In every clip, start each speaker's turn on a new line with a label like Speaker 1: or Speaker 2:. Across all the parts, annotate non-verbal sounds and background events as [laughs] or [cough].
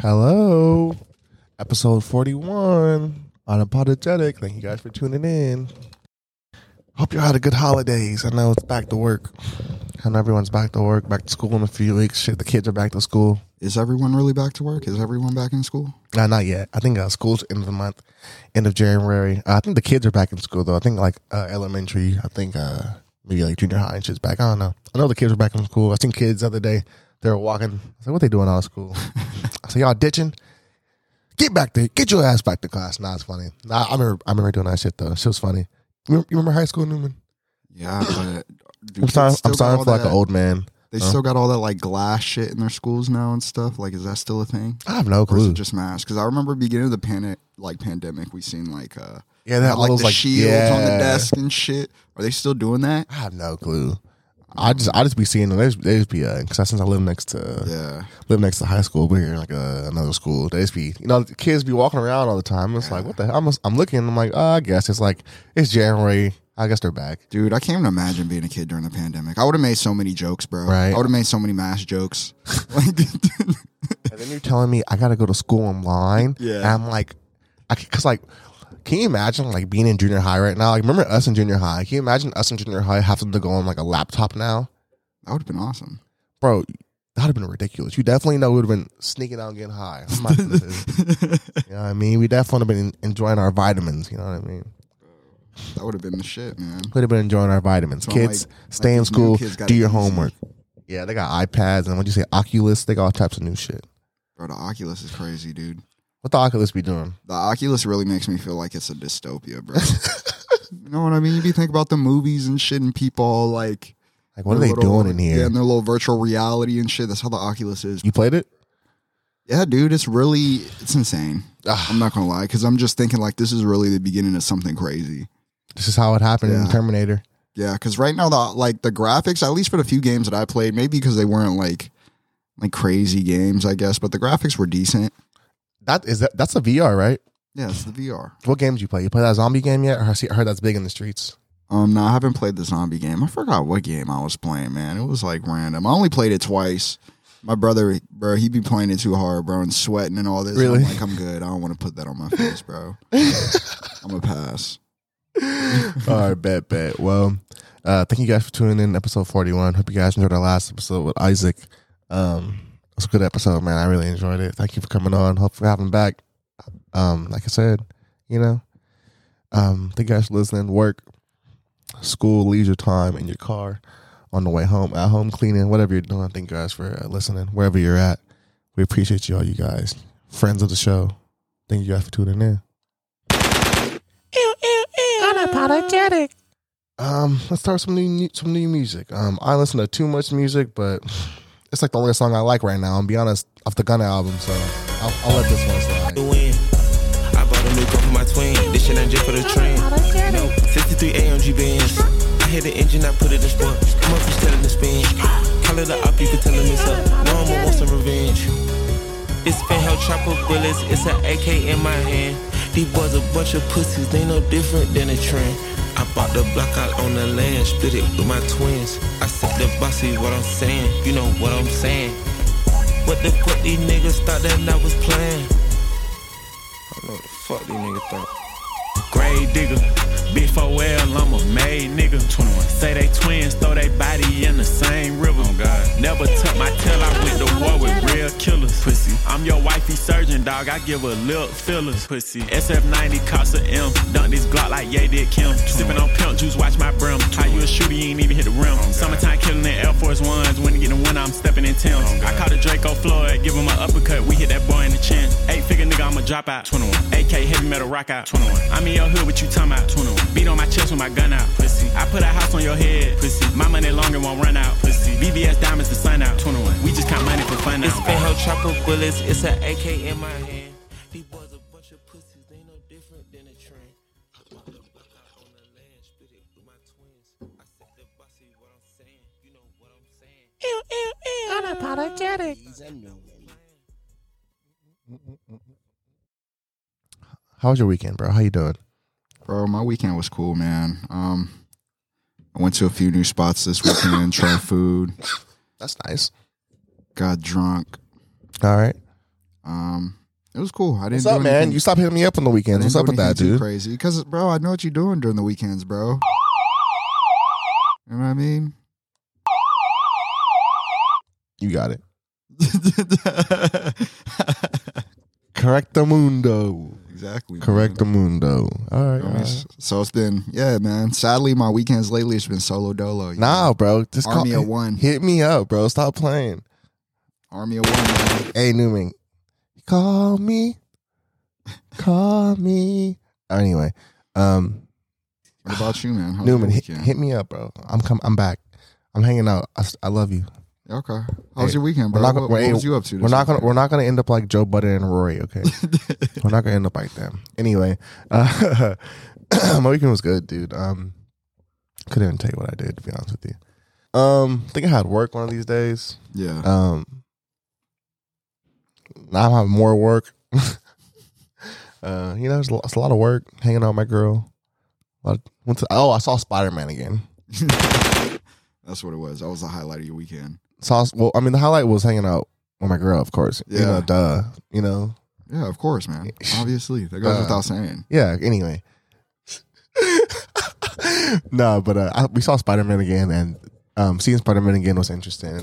Speaker 1: Hello, episode 41, unapologetic. Thank you guys for tuning in. Hope you had a good holidays. I know it's back to work. I know everyone's back to work, back to school in a few weeks. Shit, the kids are back to school.
Speaker 2: Is everyone really back to work? Is everyone back in school?
Speaker 1: Nah, not yet. I think uh, school's end of the month, end of January. Uh, I think the kids are back in school though. I think like uh, elementary. I think uh, maybe like junior high and shit's back. I don't know. I know the kids are back in school. I seen kids the other day. They were walking. I said, "What they doing out of [laughs] school?" I said, "Y'all ditching? Get back there. Get your ass back to class." Nah, it's funny. Nah, I remember. I remember doing that shit though. Shit was funny. You remember, you remember high school, Newman?
Speaker 2: Yeah, but
Speaker 1: I'm
Speaker 2: do kids
Speaker 1: sorry.
Speaker 2: still
Speaker 1: I'm
Speaker 2: got
Speaker 1: sorry
Speaker 2: all
Speaker 1: for like an
Speaker 2: that-
Speaker 1: old man.
Speaker 2: They
Speaker 1: huh?
Speaker 2: still got all that like glass shit in their schools now and stuff. Like, is that still a thing?
Speaker 1: I have no
Speaker 2: Or is
Speaker 1: clue.
Speaker 2: it just masks? Because I remember beginning of the panic, like pandemic, we seen like uh,
Speaker 1: yeah, that all
Speaker 2: like
Speaker 1: those
Speaker 2: the
Speaker 1: like
Speaker 2: shields on the
Speaker 1: yeah.
Speaker 2: desk and shit. Are they still doing that?
Speaker 1: I have no clue. I just I just be seeing them. They just, they just be uh, cause since I live next to
Speaker 2: Yeah,
Speaker 1: live next to high school, but here in like uh, another school. They just be, you know, the kids be walking around all the time. It's like, what the hell? I'm, I'm looking. I'm like, oh, I guess it's like it's January. I guess they're back.
Speaker 2: dude, I can't even imagine being a kid during the pandemic. I would have made so many jokes, bro.
Speaker 1: Right.
Speaker 2: I would have made so many
Speaker 1: [laughs]
Speaker 2: mask jokes. like, [laughs]
Speaker 1: And then you're telling me I gotta go to school online.
Speaker 2: Yeah.
Speaker 1: and I'm like, I c- cause like, can you imagine like being in junior high right now? Like, remember us in junior high? Can you imagine us in junior high having to go on like a laptop now,
Speaker 2: that would have been awesome.
Speaker 1: bro? That'd have been ridiculous. You definitely know we would have been sneaking out and getting high. Oh I'm
Speaker 2: [laughs]
Speaker 1: not gonna do this. You know what I mean? We definitely would have been enjoying our vitamins. You know what I mean?
Speaker 2: That would have been the shit, man.
Speaker 1: Could have been enjoying our vitamins.
Speaker 2: So,
Speaker 1: kids,
Speaker 2: like-
Speaker 1: stay in
Speaker 2: like these new
Speaker 1: school,
Speaker 2: kids got
Speaker 1: do
Speaker 2: it
Speaker 1: your
Speaker 2: easy.
Speaker 1: homework. Yeah, they got iPads and what you say, Oculus. They got all types of new shit.
Speaker 2: Bro, the Oculus is crazy, dude.
Speaker 1: What the Oculus be doing?
Speaker 2: The Oculus really makes me feel like it's a
Speaker 1: [laughs]
Speaker 2: dystopia, bro. you know what I mean? You be thinking about the movies and shit, and people all like,
Speaker 1: Like, what are they
Speaker 2: their little-
Speaker 1: doing in
Speaker 2: Yeah,
Speaker 1: here?
Speaker 2: and their little virtual reality and shit. That's how the Oculus is.
Speaker 1: You played it?
Speaker 2: Yeah, dude, it's really it's insane.
Speaker 1: Ah.
Speaker 2: I'm not gonna lie, because I'm just thinking like this is really the beginning of something crazy.
Speaker 1: This is how it happened in
Speaker 2: Yeah.
Speaker 1: Terminator.
Speaker 2: Yeah, because right now the like the graphics, at least for the few games that I played, maybe because they weren't like like crazy games, I guess, but the graphics were decent.
Speaker 1: That is that. That's a VR, right?
Speaker 2: Yeah, it's the VR.
Speaker 1: What games you play? You play that zombie game yet? Or I, see, I heard that's big in the streets.
Speaker 2: Um, no, I haven't played the zombie game. I forgot what game I was playing, man. It was like random. I only played it twice. My brother, bro, he be playing it too hard, bro, and sweating and all this.
Speaker 1: Really?
Speaker 2: I'm like, I'm good. I don't want to put that on my face, bro. I'm a pass.
Speaker 1: [laughs] All right, bet, bet. Well, uh, thank you guys for tuning in, to episode forty-one. Hope you guys enjoyed our last episode with Isaac. Um, it was a good episode, man. I really enjoyed it. Thank you for coming on. Hope for having back. Um, like I said, you know, um, thank you guys for listening. Work, school, leisure time in your car, on the way home, at home, cleaning, whatever you're doing. Thank you guys for uh, listening, wherever you're at. We appreciate you all, you guys, friends of the show. Thank you guys for tuning in.
Speaker 3: Unapologetic.
Speaker 1: Um, let's start with some new some new music. Um, I listen to too much music, but it's like the only song I like right now. And be honest, off the Gunna album, so I'll, I'll let this one
Speaker 4: the
Speaker 1: slide.
Speaker 4: win. I bought a new car for my twin. This shit ain't just for the train.
Speaker 3: Unapologetic.
Speaker 4: 63 AMG Benz. I hit the engine, I put it in sport. Come up, you telling the spin. Call it a op, you can tell him it's up. No one wants some revenge. It's been hell chopper bullets, it's an AK in my hand. These boys a bunch of pussies, they no different than a trend. I bought the block out on the land, split it with my twins. I said the bossy what I'm saying, you know what I'm saying. What the fuck these niggas thought that I was playing? I don't know what the fuck these niggas thought.
Speaker 5: Grave digger, big 4L, I'm a made nigga. 21. Say they twins, throw they body in the same river. Never tuck my tail, I went to war with real killers. Pussy, I'm your wifey surgeon, dog. I give a lip fillers. Pussy, SF90 cost a M. Dunk this Glock like Ye did Kim. Sipping on pimp juice, watch my brim. How you a shooter, you ain't even hit the rim. Summertime killing the Air Force Ones. When it get the win, I'm stepping in Tim's. I caught a Draco Floyd, give him an uppercut. We hit that boy in the chin. Eight figure nigga, I'm a dropout. 21. AK heavy metal rock out. 21. I'm in your hood, what you talking about? 21. Beat on my chest with my gun out. Pussy. I put a house on your head. Pussy. My money longer won't run out. Pussy. VVS diamonds the sun out. 21. We just count money for fun
Speaker 4: It's
Speaker 5: now.
Speaker 4: been hell chopper bullets, it's an AK in my hand. These boys a bunch of pussies, they no different than a train. I bought the block out on the land, split it with my twins. I said the bossy what I'm saying, you know what I'm saying.
Speaker 3: Unapologetic.
Speaker 1: How was your weekend, bro? How you doing?
Speaker 2: Bro, my weekend was cool, man. Um, I went to a few new spots this weekend, tried food,
Speaker 1: That's nice.
Speaker 2: got drunk.
Speaker 1: All right.
Speaker 2: Um, it was cool. I
Speaker 1: What's
Speaker 2: didn't. do
Speaker 1: up, man?
Speaker 2: anything-
Speaker 1: You stop hitting me up on the
Speaker 2: I
Speaker 1: weekends.
Speaker 2: didn't
Speaker 1: What's up
Speaker 2: do
Speaker 1: with that,
Speaker 2: anything too
Speaker 1: dude?
Speaker 2: Crazy, because bro, I know what you're doing during the weekends, bro. You know what I mean?
Speaker 1: You got it. Correct the mundo. [laughs]
Speaker 2: exactly.
Speaker 1: Correct the mundo. All right. all
Speaker 2: man.
Speaker 1: right.
Speaker 2: So it's been, yeah, man. Sadly, my weekends lately has been solo dolo. you
Speaker 1: Nah, bro. Just
Speaker 2: Army
Speaker 1: call,
Speaker 2: of one.
Speaker 1: Hit me up, bro. Stop playing.
Speaker 2: know? army of one. Man.
Speaker 1: Hey, Newman. Call me. Call me. Anyway, um,
Speaker 2: What about you, man? How was
Speaker 1: Newman,
Speaker 2: your
Speaker 1: hit,
Speaker 2: weekend?
Speaker 1: hit me up, bro. I'm com- I'm back. I'm hanging out. I, s- I love you.
Speaker 2: okay. How was
Speaker 1: Hey,
Speaker 2: your weekend, bro?
Speaker 1: we're not gonna-
Speaker 2: what, what
Speaker 1: hey,
Speaker 2: was you up to?
Speaker 1: We're not gonna we're not gonna end up like Joe Budden and Rory. Okay, we're not gonna end up like them. Anyway, uh, [coughs] my weekend was good, dude. Um, couldn't even tell you what I did to be honest with you. Um, think I had work one of these days.
Speaker 2: yeah.
Speaker 1: [laughs] Um, now I'm having more work. [laughs] uh, you know, it's a, lot, it's a lot of work hanging out with my girl. A lot of- went to, oh, I saw Spider Man again.
Speaker 2: That's what it was. That was the highlight of your weekend.
Speaker 1: Saw well, I mean, the highlight was hanging out with my girl, of course. You
Speaker 2: Yeah.
Speaker 1: know, duh. You know,
Speaker 2: Yeah, of course, man. Obviously, that goes
Speaker 1: Uh,
Speaker 2: without saying.
Speaker 1: yeah. Anyway, [laughs] no, but uh, I, we saw Spider Man again, and um, seeing Spider Man again was interesting.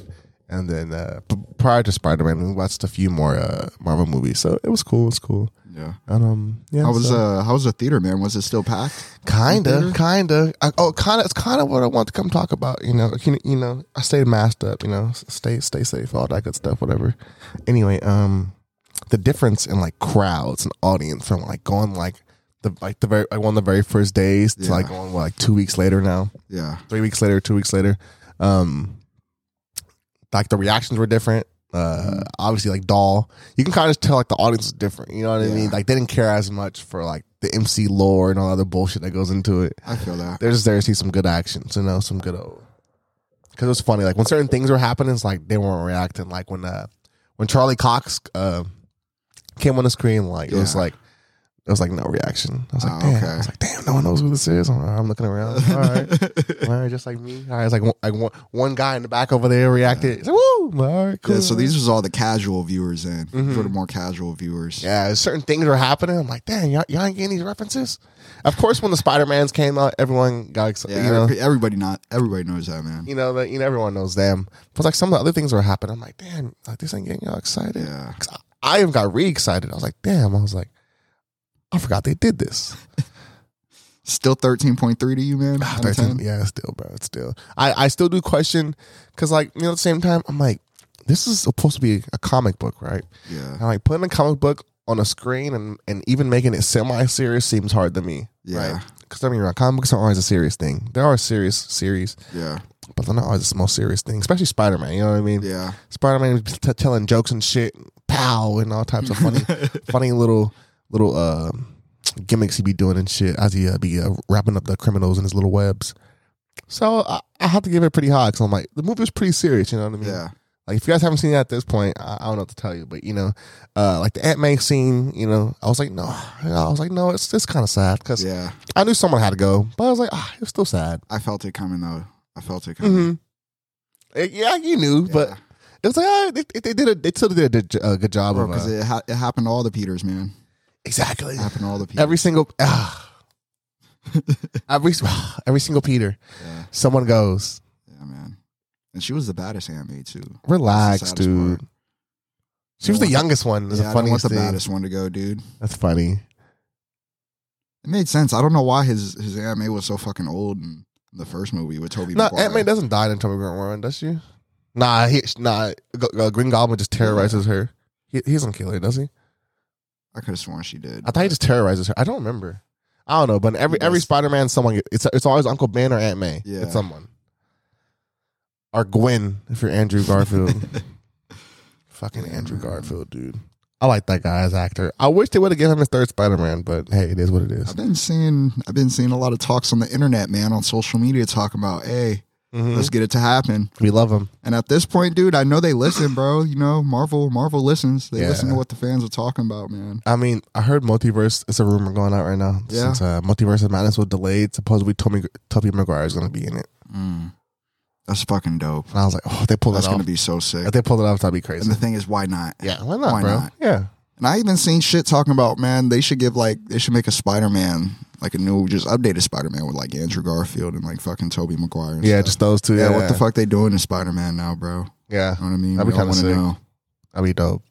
Speaker 1: And then uh, p- prior to Spider Man, we watched a few more uh, Marvel movies, so it was cool. It was cool.
Speaker 2: Yeah.
Speaker 1: And um, yeah,
Speaker 2: How was
Speaker 1: so-
Speaker 2: uh? How was the theater, man? Was it still packed?
Speaker 1: Kinda,
Speaker 2: theater?
Speaker 1: kinda. I, oh, kinda. It's kinda what I want to come talk about. You know, you, you know. I stayed masked up. You know, s- stay stay safe, all that good stuff, whatever. Anyway, um, the difference in like crowds and audience from like going like the like the very like one of the very first days to
Speaker 2: Yeah.
Speaker 1: like going what, like two weeks later now,
Speaker 2: Yeah.
Speaker 1: three weeks later, two weeks later. Um, like the reactions were different.
Speaker 2: Mm-hmm.
Speaker 1: Uh, obviously, like doll, you can kind of tell like the audience is different. You know what I
Speaker 2: Yeah.
Speaker 1: mean? Like they didn't care as much for like the MC lore and all the other bullshit that goes into it
Speaker 2: I feel that.
Speaker 1: they're just there to see some good actions, you know, some good old. Because it was funny, like when certain things were happening, it's like they weren't reacting. Like when uh when Charlie Cox uh, came on the screen, like it was
Speaker 2: Yeah.
Speaker 1: like it was like no reaction. I was like,
Speaker 2: Oh,
Speaker 1: damn,
Speaker 2: okay.
Speaker 1: I was like, damn, no one knows who this is. I'm, I'm looking around,
Speaker 2: [laughs]
Speaker 1: all right, [laughs] all right, just like me. All right, it's like one, like one, one guy in the back over there reacted. It's like, woo, all right, cool.
Speaker 2: Yeah, so these was all the casual viewers in,
Speaker 1: Mhm.
Speaker 2: for the more casual viewers.
Speaker 1: Yeah, certain things are happening. I'm like, damn, y'all, y'all ain't getting these references. Of course, when the Spider Mans came out, everyone got excited.
Speaker 2: Yeah,
Speaker 1: you know?
Speaker 2: every- everybody not everybody knows that, man.
Speaker 1: you know that you know everyone knows them. But like some of the other things that were happening, I'm like, damn, like this ain't getting y'all excited.
Speaker 2: Yeah,
Speaker 1: 'Cause I, I even got re excited. I was like, damn, I was like, I forgot they did this.
Speaker 2: still thirteen point three to you, man.
Speaker 1: Ah,
Speaker 2: Out of
Speaker 1: 13
Speaker 2: 10?
Speaker 1: yeah, it's still, bro, it's still. I I still do question because like you know at the same time I'm like, this is supposed to be a comic book, right?
Speaker 2: Yeah,
Speaker 1: And like putting a comic book on a screen and and even making it semi serious seems hard to me.
Speaker 2: Yeah.
Speaker 1: Because I mean, comic books aren't always a serious thing. There are serious series,
Speaker 2: yeah,
Speaker 1: but they're not always the most serious thing, especially Spider Man. You know what I mean?
Speaker 2: yeah.
Speaker 1: Spider Man was t- telling jokes and shit, pow, and all types of
Speaker 2: [laughs]
Speaker 1: funny, funny little little um gimmicks he be doing and shit as he uh, be uh, wrapping up the criminals in his little webs. So I, I have to give it pretty high because I'm like the movie was pretty serious. You know what I mean?
Speaker 2: Yeah,
Speaker 1: Like if you guys haven't seen it at this point, I, I don't know what to tell you, but you know, uh, like the Aunt May scene, you know, I was like, no, [sighs] You know, I was like, no, it's it's kind of sad because
Speaker 2: yeah.
Speaker 1: I knew someone had to go, but I was like, ah, it's still sad.
Speaker 2: I felt it coming though. I felt it coming.
Speaker 1: hmm yeah, you knew, Mm-hmm. but
Speaker 2: Mm-hmm. Yeah.
Speaker 1: it was like ah, they, they did a, they still did a, good- a good job
Speaker 2: Bro,
Speaker 1: of
Speaker 2: because
Speaker 1: uh,
Speaker 2: it, ha- it happened to all the Peters, man.
Speaker 1: exactly
Speaker 2: It happened to all the Peters.
Speaker 1: every single
Speaker 2: [laughs]
Speaker 1: ah, every [sighs] every single Peter.
Speaker 2: Yeah.
Speaker 1: Someone goes
Speaker 2: yeah, man. And she was the baddest handmaid too.
Speaker 1: relax,
Speaker 2: saddest
Speaker 1: dude.
Speaker 2: part.
Speaker 1: She was
Speaker 2: I
Speaker 1: the
Speaker 2: want
Speaker 1: youngest one. That's
Speaker 2: Yeah,
Speaker 1: the
Speaker 2: I don't want
Speaker 1: funniest
Speaker 2: the
Speaker 1: thing.
Speaker 2: baddest one to go, dude.
Speaker 1: That's funny.
Speaker 2: It made sense. I don't know why his his Aunt May was so fucking old in the first movie with Toby.
Speaker 1: No, Aunt May doesn't die in Toby Grant Warren, does she? Nah, he, nah. G- G- Green Goblin just terrorizes her. He, he doesn't kill her, does he?
Speaker 2: I could have sworn she did.
Speaker 1: I thought he just terrorizes her. I don't remember. I don't know, but in every every
Speaker 2: does.
Speaker 1: Spider Man, someone get- it's it's always Uncle Ben or Aunt May.
Speaker 2: Yeah.
Speaker 1: It's someone. Or Gwen, if you're Andrew Garfield.
Speaker 2: [laughs]
Speaker 1: Fucking Andrew Garfield, dude. I like that guy as actor. I wish they would have given him his third Spider Man, but hey, it is what it is.
Speaker 2: I've been seeing I've been seeing a lot of talks on the internet, man, on social media talking about, hey,
Speaker 1: Mhm.
Speaker 2: let's get it to happen.
Speaker 1: We love him.
Speaker 2: And at this point, dude, I know they listen, bro. You know, Marvel Marvel listens. They
Speaker 1: Yeah.
Speaker 2: listen to what the fans are talking about, man.
Speaker 1: I mean, I heard multiverse. It's a rumor going out right now.
Speaker 2: Yeah.
Speaker 1: Since uh, multiverse of madness was delayed, supposedly Tommy Toby Maguire is going to be in it,
Speaker 2: That's fucking dope.
Speaker 1: and I was like, oh, if they pull that
Speaker 2: That's
Speaker 1: off.
Speaker 2: gonna be so sick.
Speaker 1: if they pull it off, that'd be
Speaker 2: And
Speaker 1: crazy.
Speaker 2: the thing is, why not?
Speaker 1: yeah, why not,
Speaker 2: why
Speaker 1: bro?
Speaker 2: not?
Speaker 1: Yeah,
Speaker 2: And I even seen shit talking about, man, they should give like they should make a Spider Man, like a new just updated Spider Man with like Andrew Garfield and like fucking Toby Maguire and
Speaker 1: Yeah,
Speaker 2: stuff.
Speaker 1: just those two.
Speaker 2: yeah, what the fuck they doing in Spider Man now, bro.
Speaker 1: Yeah,
Speaker 2: You know what I mean?
Speaker 1: That'd
Speaker 2: We
Speaker 1: be
Speaker 2: all
Speaker 1: kinda sick.
Speaker 2: wanna know.
Speaker 1: that'd be dope.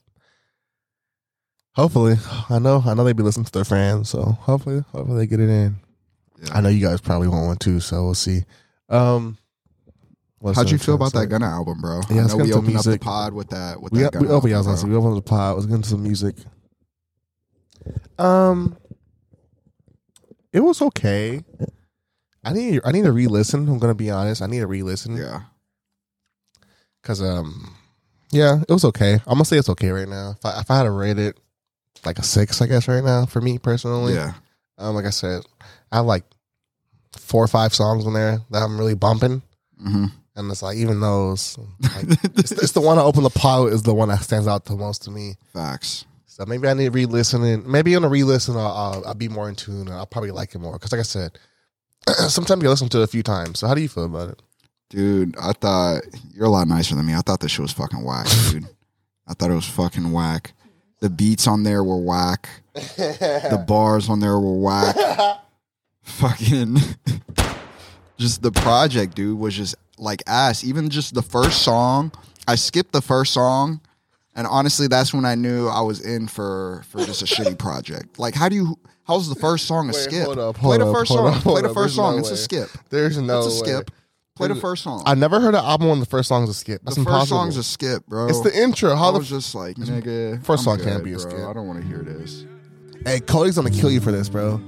Speaker 1: Hopefully, I know. I know they be listening to their fans, so hopefully, hopefully they get it in.
Speaker 2: Yeah.
Speaker 1: I know you guys probably want one too, so we'll see. Um, what's
Speaker 2: How'd you
Speaker 1: up,
Speaker 2: feel about
Speaker 1: Chelsea?
Speaker 2: that Gunna album, bro?
Speaker 1: Yeah,
Speaker 2: I
Speaker 1: let's get
Speaker 2: know we
Speaker 1: into
Speaker 2: opened up the
Speaker 1: music.
Speaker 2: pod with that. With
Speaker 1: We
Speaker 2: that
Speaker 1: we oh,
Speaker 2: Gunna
Speaker 1: open y'all
Speaker 2: album,
Speaker 1: honestly.
Speaker 2: bro.
Speaker 1: We open the pod. Let's get into some music. Um, it was okay. I need I need to re-listen. I'm gonna be honest. I need to re-listen
Speaker 2: Yeah,
Speaker 1: because um, yeah, it was okay. I'm gonna say it's okay right now. If I, if I had to rate it, like a six, I guess right now for me personally.
Speaker 2: yeah,
Speaker 1: Um, like I said, I have like four or five songs in there that I'm really bumping,
Speaker 2: hmm
Speaker 1: and it's like even those,
Speaker 2: [laughs]
Speaker 1: like, it's, it's the one I open the pod with is the one that stands out the most to me.
Speaker 2: facts.
Speaker 1: So maybe I need to re-listen and maybe on a re-listen I'll, I'll, I'll be more in tune and I'll probably like it more because like I said, [clears throat] sometimes you listen to it a few times. So how do you feel about it?
Speaker 2: Dude, I thought you're a lot nicer than me. I thought this shit was fucking whack, dude. I thought it was fucking whack. The beats on there were whack.
Speaker 1: [laughs]
Speaker 2: the bars on there were whack. fucking [laughs] just the project, dude, was just like ass. Even just the first song, I skipped the first song, and honestly, that's when I knew I was in for for just a shitty project. Like, how do you? How's the first song a
Speaker 1: Wait,
Speaker 2: skip?
Speaker 1: hold up,
Speaker 2: Play
Speaker 1: hold
Speaker 2: the
Speaker 1: up,
Speaker 2: first
Speaker 1: hold
Speaker 2: song.
Speaker 1: up,
Speaker 2: Play
Speaker 1: hold
Speaker 2: the
Speaker 1: up.
Speaker 2: first
Speaker 1: There's no
Speaker 2: song. It's a
Speaker 1: way.
Speaker 2: skip.
Speaker 1: There's no
Speaker 2: It's a skip.
Speaker 1: way.
Speaker 2: Play the
Speaker 1: There's-
Speaker 2: first song.
Speaker 1: I never heard an album when the first song's a skip.
Speaker 2: the
Speaker 1: That's
Speaker 2: first
Speaker 1: impossible.
Speaker 2: song's a skip, bro.
Speaker 1: it's the intro.
Speaker 2: I
Speaker 1: How
Speaker 2: was
Speaker 1: the
Speaker 2: just like, nigga.
Speaker 1: First
Speaker 2: I'm
Speaker 1: song can't
Speaker 2: good,
Speaker 1: be a
Speaker 2: bro.
Speaker 1: skip.
Speaker 2: I don't want to hear this.
Speaker 1: hey Cody's gonna kill you for this, bro.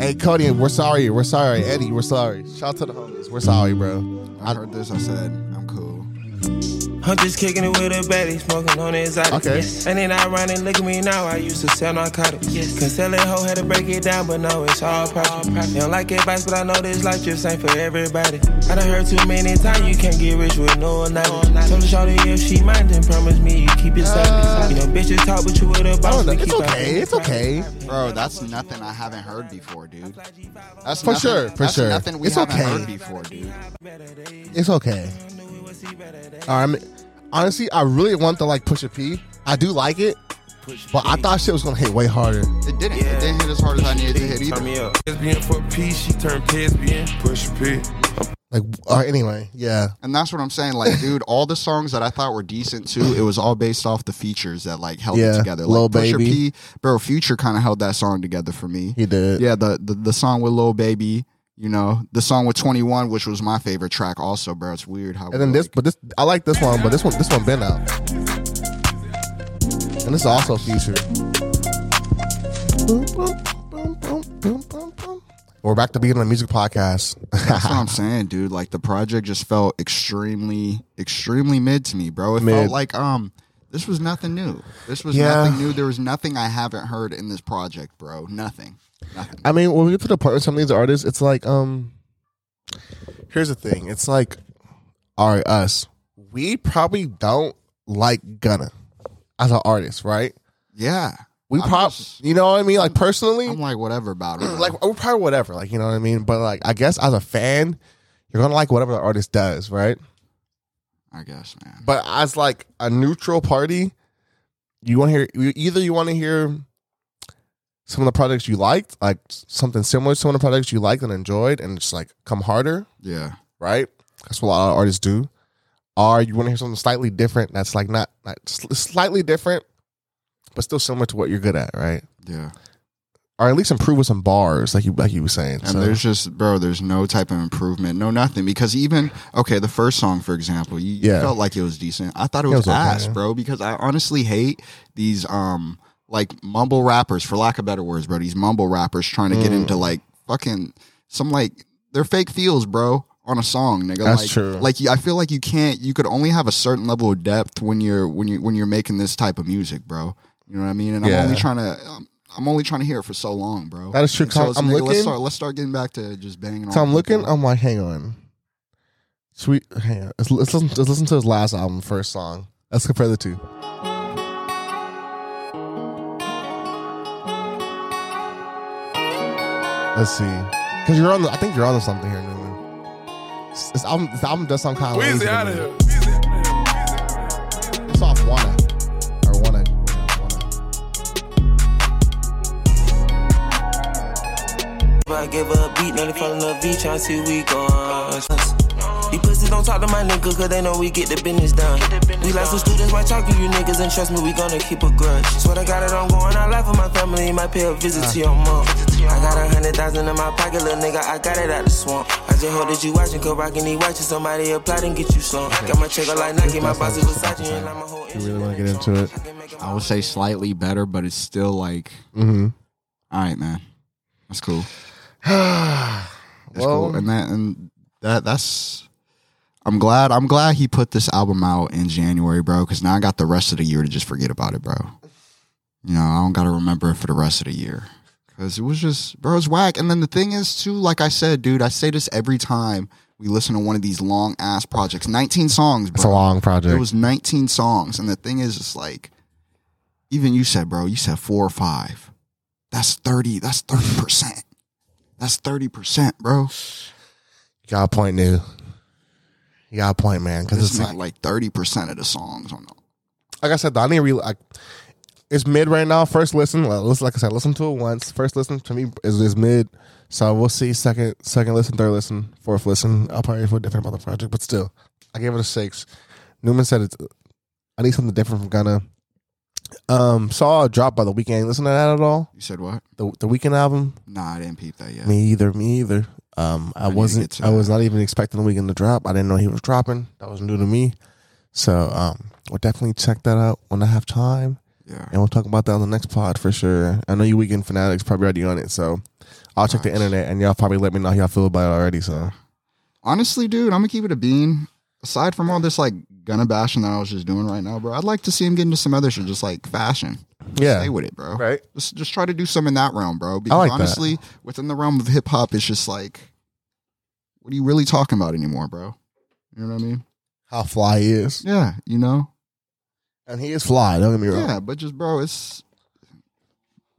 Speaker 1: Hey Cody, we're sorry. We're sorry, Eddie. We're sorry. Shout out to the homies. We're sorry, bro.
Speaker 2: I heard this. I said, I'm cool.
Speaker 4: I'm just kicking it with a baddie, smoking on the exotic.
Speaker 1: Okay.
Speaker 4: And then I run and look at me now. I used to sell narcotics. Yes. Cause selling hoe had to break it down, but now it's all profit. You don't like advice, but I know this life just ain't for everybody. I done heard too many times you can't get rich with no knowledge. Told the shorty if she mind, then promise me you keep it solid. you know, bitches talk, but you with a
Speaker 1: I
Speaker 4: boss.
Speaker 1: don't know. Uh, oh, It's
Speaker 4: we keep our
Speaker 1: okay.
Speaker 4: business
Speaker 1: It's okay.
Speaker 2: Bro, that's nothing I haven't heard before, dude. That's
Speaker 1: For
Speaker 2: nothing-
Speaker 1: sure, for
Speaker 2: that's
Speaker 1: sure.
Speaker 2: Nothing we
Speaker 1: It's
Speaker 2: haven't
Speaker 1: okay.
Speaker 2: heard before, dude.
Speaker 1: It's okay. All right, honestly, I really want to like push a P. I do like it, but I thought shit was gonna hit way harder.
Speaker 2: It didn't. It didn't hit as hard as I needed to hit
Speaker 4: Turn
Speaker 2: either.
Speaker 4: me up.
Speaker 5: Lesbian for peace, she turned lesbian. Push a pig.
Speaker 1: Like, all right, anyway, yeah,
Speaker 2: And that's what I'm
Speaker 1: [laughs]
Speaker 2: saying. Like, dude, all the songs that I thought were decent too, it was all based off the features that like held
Speaker 1: Yeah,
Speaker 2: it together.
Speaker 1: Lil
Speaker 2: Like Pusha
Speaker 1: Baby.
Speaker 2: P, bro, Future kind of held that song together for me.
Speaker 1: he did.
Speaker 2: Yeah, the, the the song with Lil Baby, you know, the song with 21, which was my favorite track also, bro. It's weird how.
Speaker 1: And then this, but this, I like this one, but this one, this one been out. And this is also featured. Boom, boom, boom, boom, boom, boom, boom. We're back to being a music podcast. [laughs]
Speaker 2: That's what I'm saying, dude. Like the project just felt extremely, extremely mid to me, bro. It
Speaker 1: Mid.
Speaker 2: felt like um, this was nothing new. This was
Speaker 1: Yeah.
Speaker 2: nothing new. There was nothing I haven't heard in this project, bro. Nothing. Nothing.
Speaker 1: I mean, when we get to the part with some of these artists, it's like, um, here's the thing. It's like, all right, us, we probably don't like Gunna as an artist, right?
Speaker 2: Yeah,
Speaker 1: We
Speaker 2: I'm
Speaker 1: probably,
Speaker 2: just-
Speaker 1: you know what I mean? Like personally,
Speaker 2: I'm like whatever about
Speaker 1: [clears throat]
Speaker 2: it.
Speaker 1: like we're probably whatever, like you know what I mean. But like, I guess as a fan, you're gonna like whatever the artist does, right?
Speaker 2: I guess, man.
Speaker 1: But as like a neutral party, you want to hear you- either you want to hear some of the products you liked, like something similar to some of the products you liked and enjoyed, and just like come harder,
Speaker 2: Yeah,
Speaker 1: right? That's what a lot of artists do. Or you want to hear something slightly different that's like not, not sl- slightly different, but still similar to what you're good at, right?
Speaker 2: yeah.
Speaker 1: Or at least improve with some bars, like you like you were saying.
Speaker 2: And
Speaker 1: so.
Speaker 2: there's just, bro, there's no type of improvement, no nothing. Because even, okay, the first song, for example, you, you
Speaker 1: Yeah.
Speaker 2: felt like it was decent. I thought it
Speaker 1: It
Speaker 2: was,
Speaker 1: was okay,
Speaker 2: ass,
Speaker 1: yeah.
Speaker 2: bro, because I honestly hate these, um, like mumble rappers, for lack of better words, bro, these mumble rappers trying to get
Speaker 1: Mm.
Speaker 2: into like fucking some like, they're fake feels, bro. On a song, nigga.
Speaker 1: That's
Speaker 2: like,
Speaker 1: true.
Speaker 2: Like you- I feel like you can't. You could only have a certain level of depth when you're when you when you're making this type of music, bro. You know what I mean? And
Speaker 1: Yeah.
Speaker 2: I'm only trying to. I'm, I'm only trying to hear it for so long, bro.
Speaker 1: That is true.
Speaker 2: And so
Speaker 1: I'm
Speaker 2: it's, nigga,
Speaker 1: looking-
Speaker 2: Let's start, let's start getting back to just banging.
Speaker 1: So
Speaker 2: on
Speaker 1: I'm looking.
Speaker 2: people.
Speaker 1: I'm like, hang on. Sweet, hang on. Let's, let's listen, let's listen to his last album, first song. Let's compare the two. Let's see, because you're on. The, I think you're on to something here, Newman. This this album, this album does some kind of. lazy
Speaker 5: Weezy
Speaker 1: to
Speaker 5: out
Speaker 1: me.
Speaker 5: of here.
Speaker 1: It's off Wanna or Wanna. yeah, Wanna.
Speaker 4: gave her a beat, now they fall in love, each tryna see we gone. These pussies don't talk to my nigga, cause they know we get the business done. We like some students, might talk to you niggas, and trust me, we gonna keep a grudge. Swear to God, it don't go on our life with my family, might pay a visit to your mom. I got a hundred thousand in my pocket, little nigga, I got it out the swamp. I just hope that you watching, cause rockin' these watches, somebody apply and get you some. Got my check like Nike, my boss is Versace, and I'm a whole
Speaker 1: You really wanna get into it?
Speaker 2: I would say slightly better, but it's still like,
Speaker 1: Mm-hmm.
Speaker 2: all right, man,
Speaker 1: [sighs]
Speaker 2: that's cool. That's
Speaker 1: well,
Speaker 2: cool. And that and that that's. I'm glad. I'm glad he put this album out in January, bro. Because now I got the rest of the year to just forget about it, bro. You know, I don't got to remember it for the rest of the year. Because it was just, bro, it's whack. And then the thing is, too, like I said, dude, I say this every time we listen to one of these long ass projects. 19 songs, bro.
Speaker 1: it's a long project.
Speaker 2: It was 19 songs. And the thing is, it's like, even you said, bro, you said four or five. That's 30. That's 30%. That's 30%, bro.
Speaker 1: you got a point, new. You got a point, man. Because
Speaker 2: This
Speaker 1: it's
Speaker 2: is
Speaker 1: like,
Speaker 2: like, like 30% of the songs on the.
Speaker 1: like I said, I need to re- like, it's mid right now. First listen, well, listen, like I said, listen to it once. First listen to me is, is mid, so we'll see. Second, second listen, third listen, fourth listen. I'll probably feel different about the project, but still, I gave it a six. Newman said it's. I need something different from Gunna. Um, saw a drop by the weekend. Listen to that at all?
Speaker 2: You said what?
Speaker 1: The the weekend album?
Speaker 2: Nah, I didn't peep that yet.
Speaker 1: Me either. Me either. Um, I,
Speaker 2: need to get
Speaker 1: wasn't.
Speaker 2: to
Speaker 1: I
Speaker 2: that.
Speaker 1: was not even expecting the weekend to drop. I didn't know he was dropping. That was new to me. So um, we'll definitely check that out when I have time,
Speaker 2: Yeah.
Speaker 1: and we'll talk about that on the next pod for sure. I know you weekend fanatics probably already on it, so I'll check the
Speaker 2: Nice.
Speaker 1: internet, and y'all probably let me know how y'all feel about it already. So
Speaker 2: Honestly, dude, I'm going to keep it a bean. Aside from all this, like, gunna bashing that I was just doing right now, bro, I'd like to see him get into some other shit, just like fashion.
Speaker 1: yeah,
Speaker 2: Stay with it, bro.
Speaker 1: right.
Speaker 2: Just, just try to do some in that realm, bro. Because
Speaker 1: like that.
Speaker 2: honestly, within the realm of hip hop, it's just like, what are you really talking about anymore, bro? You know what I mean?
Speaker 1: How fly he is,
Speaker 2: Yeah, you know.
Speaker 1: and he is fly. Don't get me wrong.
Speaker 2: Yeah, but just bro, it's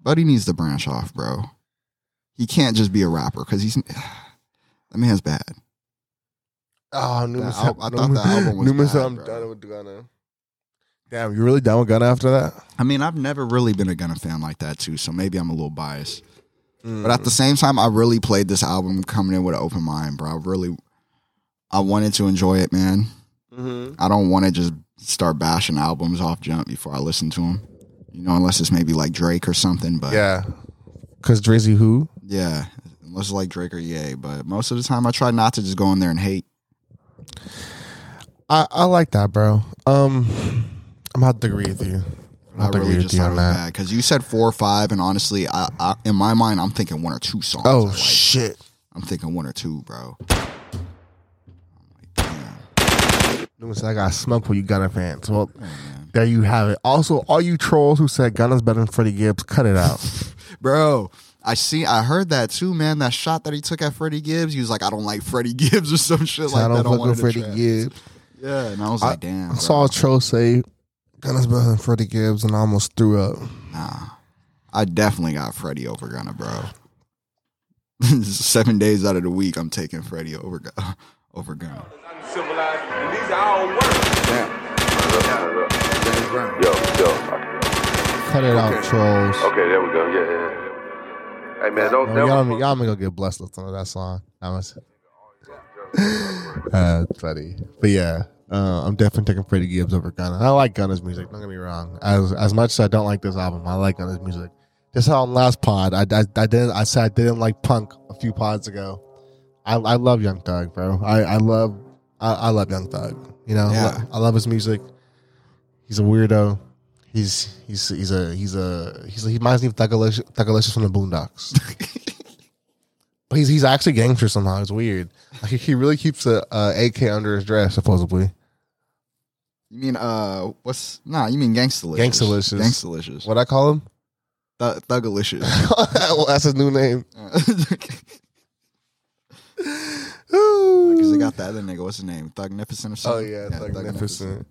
Speaker 2: Buddy needs to branch off, bro. He can't just be a rapper because he's [sighs] that man's bad.
Speaker 1: Oh, Newman
Speaker 2: That
Speaker 1: said,
Speaker 2: al- I thought
Speaker 1: Newman-
Speaker 2: the album was
Speaker 1: Newman said
Speaker 2: bad,
Speaker 1: I'm
Speaker 2: bro.
Speaker 1: done with Gunna. Damn, you really done with Gunna after that?
Speaker 2: I mean, I've never really been a Gunna fan like that too, so maybe I'm a little biased. But at the same time, I really played this album coming in with an open mind, bro. I really, I wanted to enjoy it, man.
Speaker 1: Mm-hmm.
Speaker 2: I don't want to just start bashing albums off jump before I listen to them. You know, unless it's maybe like Drake or something. But yeah,
Speaker 1: Yeah, because Drizzy who?
Speaker 2: unless it's like Drake or Ye. But most of the time, I try not to just go in there and hate.
Speaker 1: I, I like that, bro. Um, I'm about to agree with you. I'm
Speaker 2: I
Speaker 1: about to
Speaker 2: really
Speaker 1: agree with
Speaker 2: just
Speaker 1: you
Speaker 2: thought it
Speaker 1: on
Speaker 2: was
Speaker 1: that.
Speaker 2: bad because you said four or five, and honestly, I, I in my mind, I'm thinking one or two songs. I
Speaker 1: Oh
Speaker 2: like.
Speaker 1: shit!
Speaker 2: I'm thinking one or two, bro. I'm like, damn.
Speaker 1: Newman said I got smoked for you Gunna fans. Well,
Speaker 2: man.
Speaker 1: there you have it. Also, all you trolls who said Gunna's better than Freddie Gibbs, cut it
Speaker 2: [laughs]
Speaker 1: out.
Speaker 2: Bro, I see. I heard that too, man. That shot that he took at Freddie Gibbs. He was like, "I don't like Freddie [laughs] Gibbs" or some shit like
Speaker 1: I
Speaker 2: that.
Speaker 1: don't
Speaker 2: on
Speaker 1: fuck
Speaker 2: one
Speaker 1: with
Speaker 2: of the
Speaker 1: Freddie
Speaker 2: tracks.
Speaker 1: Gibbs.
Speaker 2: Yeah, and I was like, "Damn."
Speaker 1: I
Speaker 2: bro.
Speaker 1: saw a troll say Gunna's better than Freddie Gibbs, and I almost threw up.
Speaker 2: I definitely got Freddie over Gunna, bro. [laughs] Seven days out of the week, I'm taking Freddie over Gu- [laughs] over Gunna.
Speaker 6: Civilized, and these are all words.
Speaker 7: Yo, yo.
Speaker 1: Cut it out, trolls.
Speaker 7: Okay, there we go. Yeah, yeah. yeah. Hey man, don't
Speaker 8: Oh,
Speaker 1: No,
Speaker 7: never.
Speaker 1: y'all, y'all, y'all gonna get blessed listening to that song. That was [laughs] uh, it's funny, but yeah, uh, I'm definitely taking Freddie Gibbs over Gunna. And I like Gunna's music. Don't get me wrong. As as much as I don't like this album, I like Gunna's music. Just how on last pod, I, I, I didn't I said I didn't like punk a few pods ago. I, I love Young Thug, bro. I, I love I, I love Young Thug. You know,
Speaker 2: Yeah.
Speaker 1: I love his music. He's a weirdo. He's he's he's a he's a he's he reminds me of Thugalicious, Thugalicious from the Boondocks. but he's he's actually gangster somehow. It's weird. Like he- he really keeps a, a AK under his dress supposedly.
Speaker 2: You mean uh, what's nah? You mean Gangstalicious?
Speaker 1: Gangstalicious.
Speaker 2: Gangstalicious.
Speaker 1: What I call him? [laughs]
Speaker 2: Th- Thugalicious. [laughs]
Speaker 1: well, that's his new name.
Speaker 2: Because they got the other nigga. What's his name? Thugnificent or
Speaker 1: Oh
Speaker 2: something.
Speaker 1: yeah, magnificent.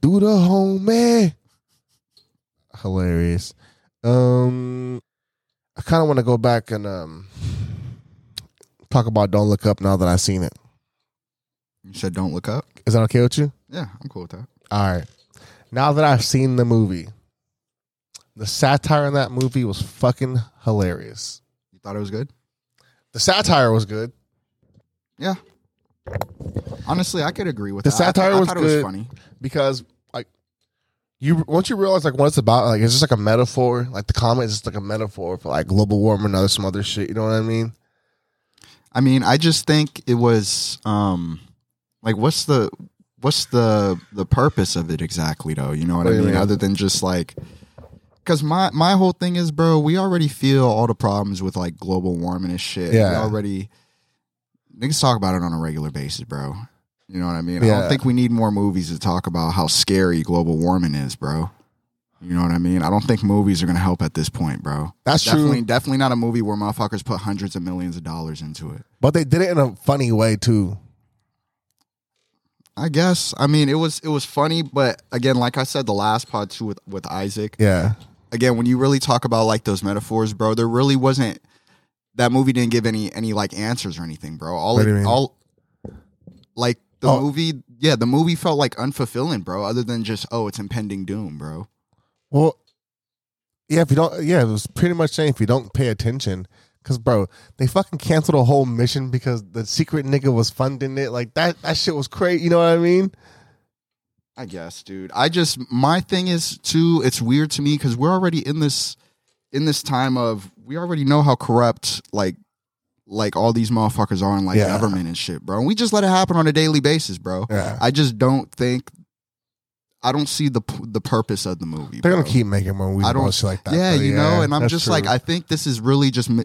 Speaker 1: Do the homie. Hilarious. Um, I kind of want to go back and um talk about "Don't Look Up" now that I've seen it.
Speaker 2: You said don't look up.
Speaker 1: Is that okay with you?
Speaker 2: Yeah, I'm cool with that.
Speaker 1: All right. Now that I've seen the movie, the satire in that movie was fucking hilarious.
Speaker 2: You thought it was good?
Speaker 1: The satire was good.
Speaker 2: Yeah. Honestly, I could agree with
Speaker 1: The
Speaker 2: that. I thought-
Speaker 1: satire
Speaker 2: I
Speaker 1: was
Speaker 2: thought
Speaker 1: good.
Speaker 2: it was funny.
Speaker 1: because like you once you realize like what it's about, like it's just like a metaphor. Like the comet is just like a metaphor for like global warming and other some other shit. You know what I mean?
Speaker 2: I mean, I just think it was um like what's the what's the the purpose of it exactly though? You know what
Speaker 1: What do
Speaker 2: I
Speaker 1: you
Speaker 2: mean?
Speaker 1: mean?
Speaker 2: Other than just like cuz my my whole thing is, bro, we already feel all the problems with like global warming and shit. We
Speaker 1: Yeah.
Speaker 2: already niggas talk about it on a regular basis, bro. You know what I mean? I
Speaker 1: Yeah.
Speaker 2: don't think we need more movies to talk about how scary global warming is, bro. You know what I mean? I don't think movies are gonna help at this point, bro.
Speaker 1: That's
Speaker 2: definitely,
Speaker 1: true.
Speaker 2: Definitely not a movie where motherfuckers put hundreds of millions of dollars into it.
Speaker 1: But they did it in a funny way too.
Speaker 2: I guess. I mean, it was it was funny, but again, like I said, the last pod too with with Isaac.
Speaker 1: Yeah,
Speaker 2: Again, when you really talk about like those metaphors, bro, there really wasn't. That movie didn't give any any like answers or anything, bro. All
Speaker 1: What do
Speaker 2: it-
Speaker 1: you mean?
Speaker 2: all like the
Speaker 1: Oh.
Speaker 2: movie, yeah, the movie felt like unfulfilling, bro. Other than just oh, it's impending doom, bro.
Speaker 1: Well, yeah, if you don't, yeah, it was pretty much saying if you don't pay attention, because bro, they fucking canceled a whole mission because the secret nigga was funding it. Like that, that shit was crazy. You know what I mean?
Speaker 2: I guess, dude. I just my thing is too. It's weird to me because we're already in this in this time of we already know how corrupt like like all these motherfuckers are in like
Speaker 1: Yeah.
Speaker 2: government and shit, bro. And we just let it happen on a daily basis, bro.
Speaker 1: Yeah.
Speaker 2: I just don't think I don't see the p- the purpose of the movie.
Speaker 1: They're gonna
Speaker 2: bro.
Speaker 1: keep making more movies
Speaker 2: I
Speaker 1: and
Speaker 2: don't-
Speaker 1: shit like that.
Speaker 2: yeah,
Speaker 1: though,
Speaker 2: you know. And I'm
Speaker 1: that's
Speaker 2: just
Speaker 1: true.
Speaker 2: like, I think this is really just. m-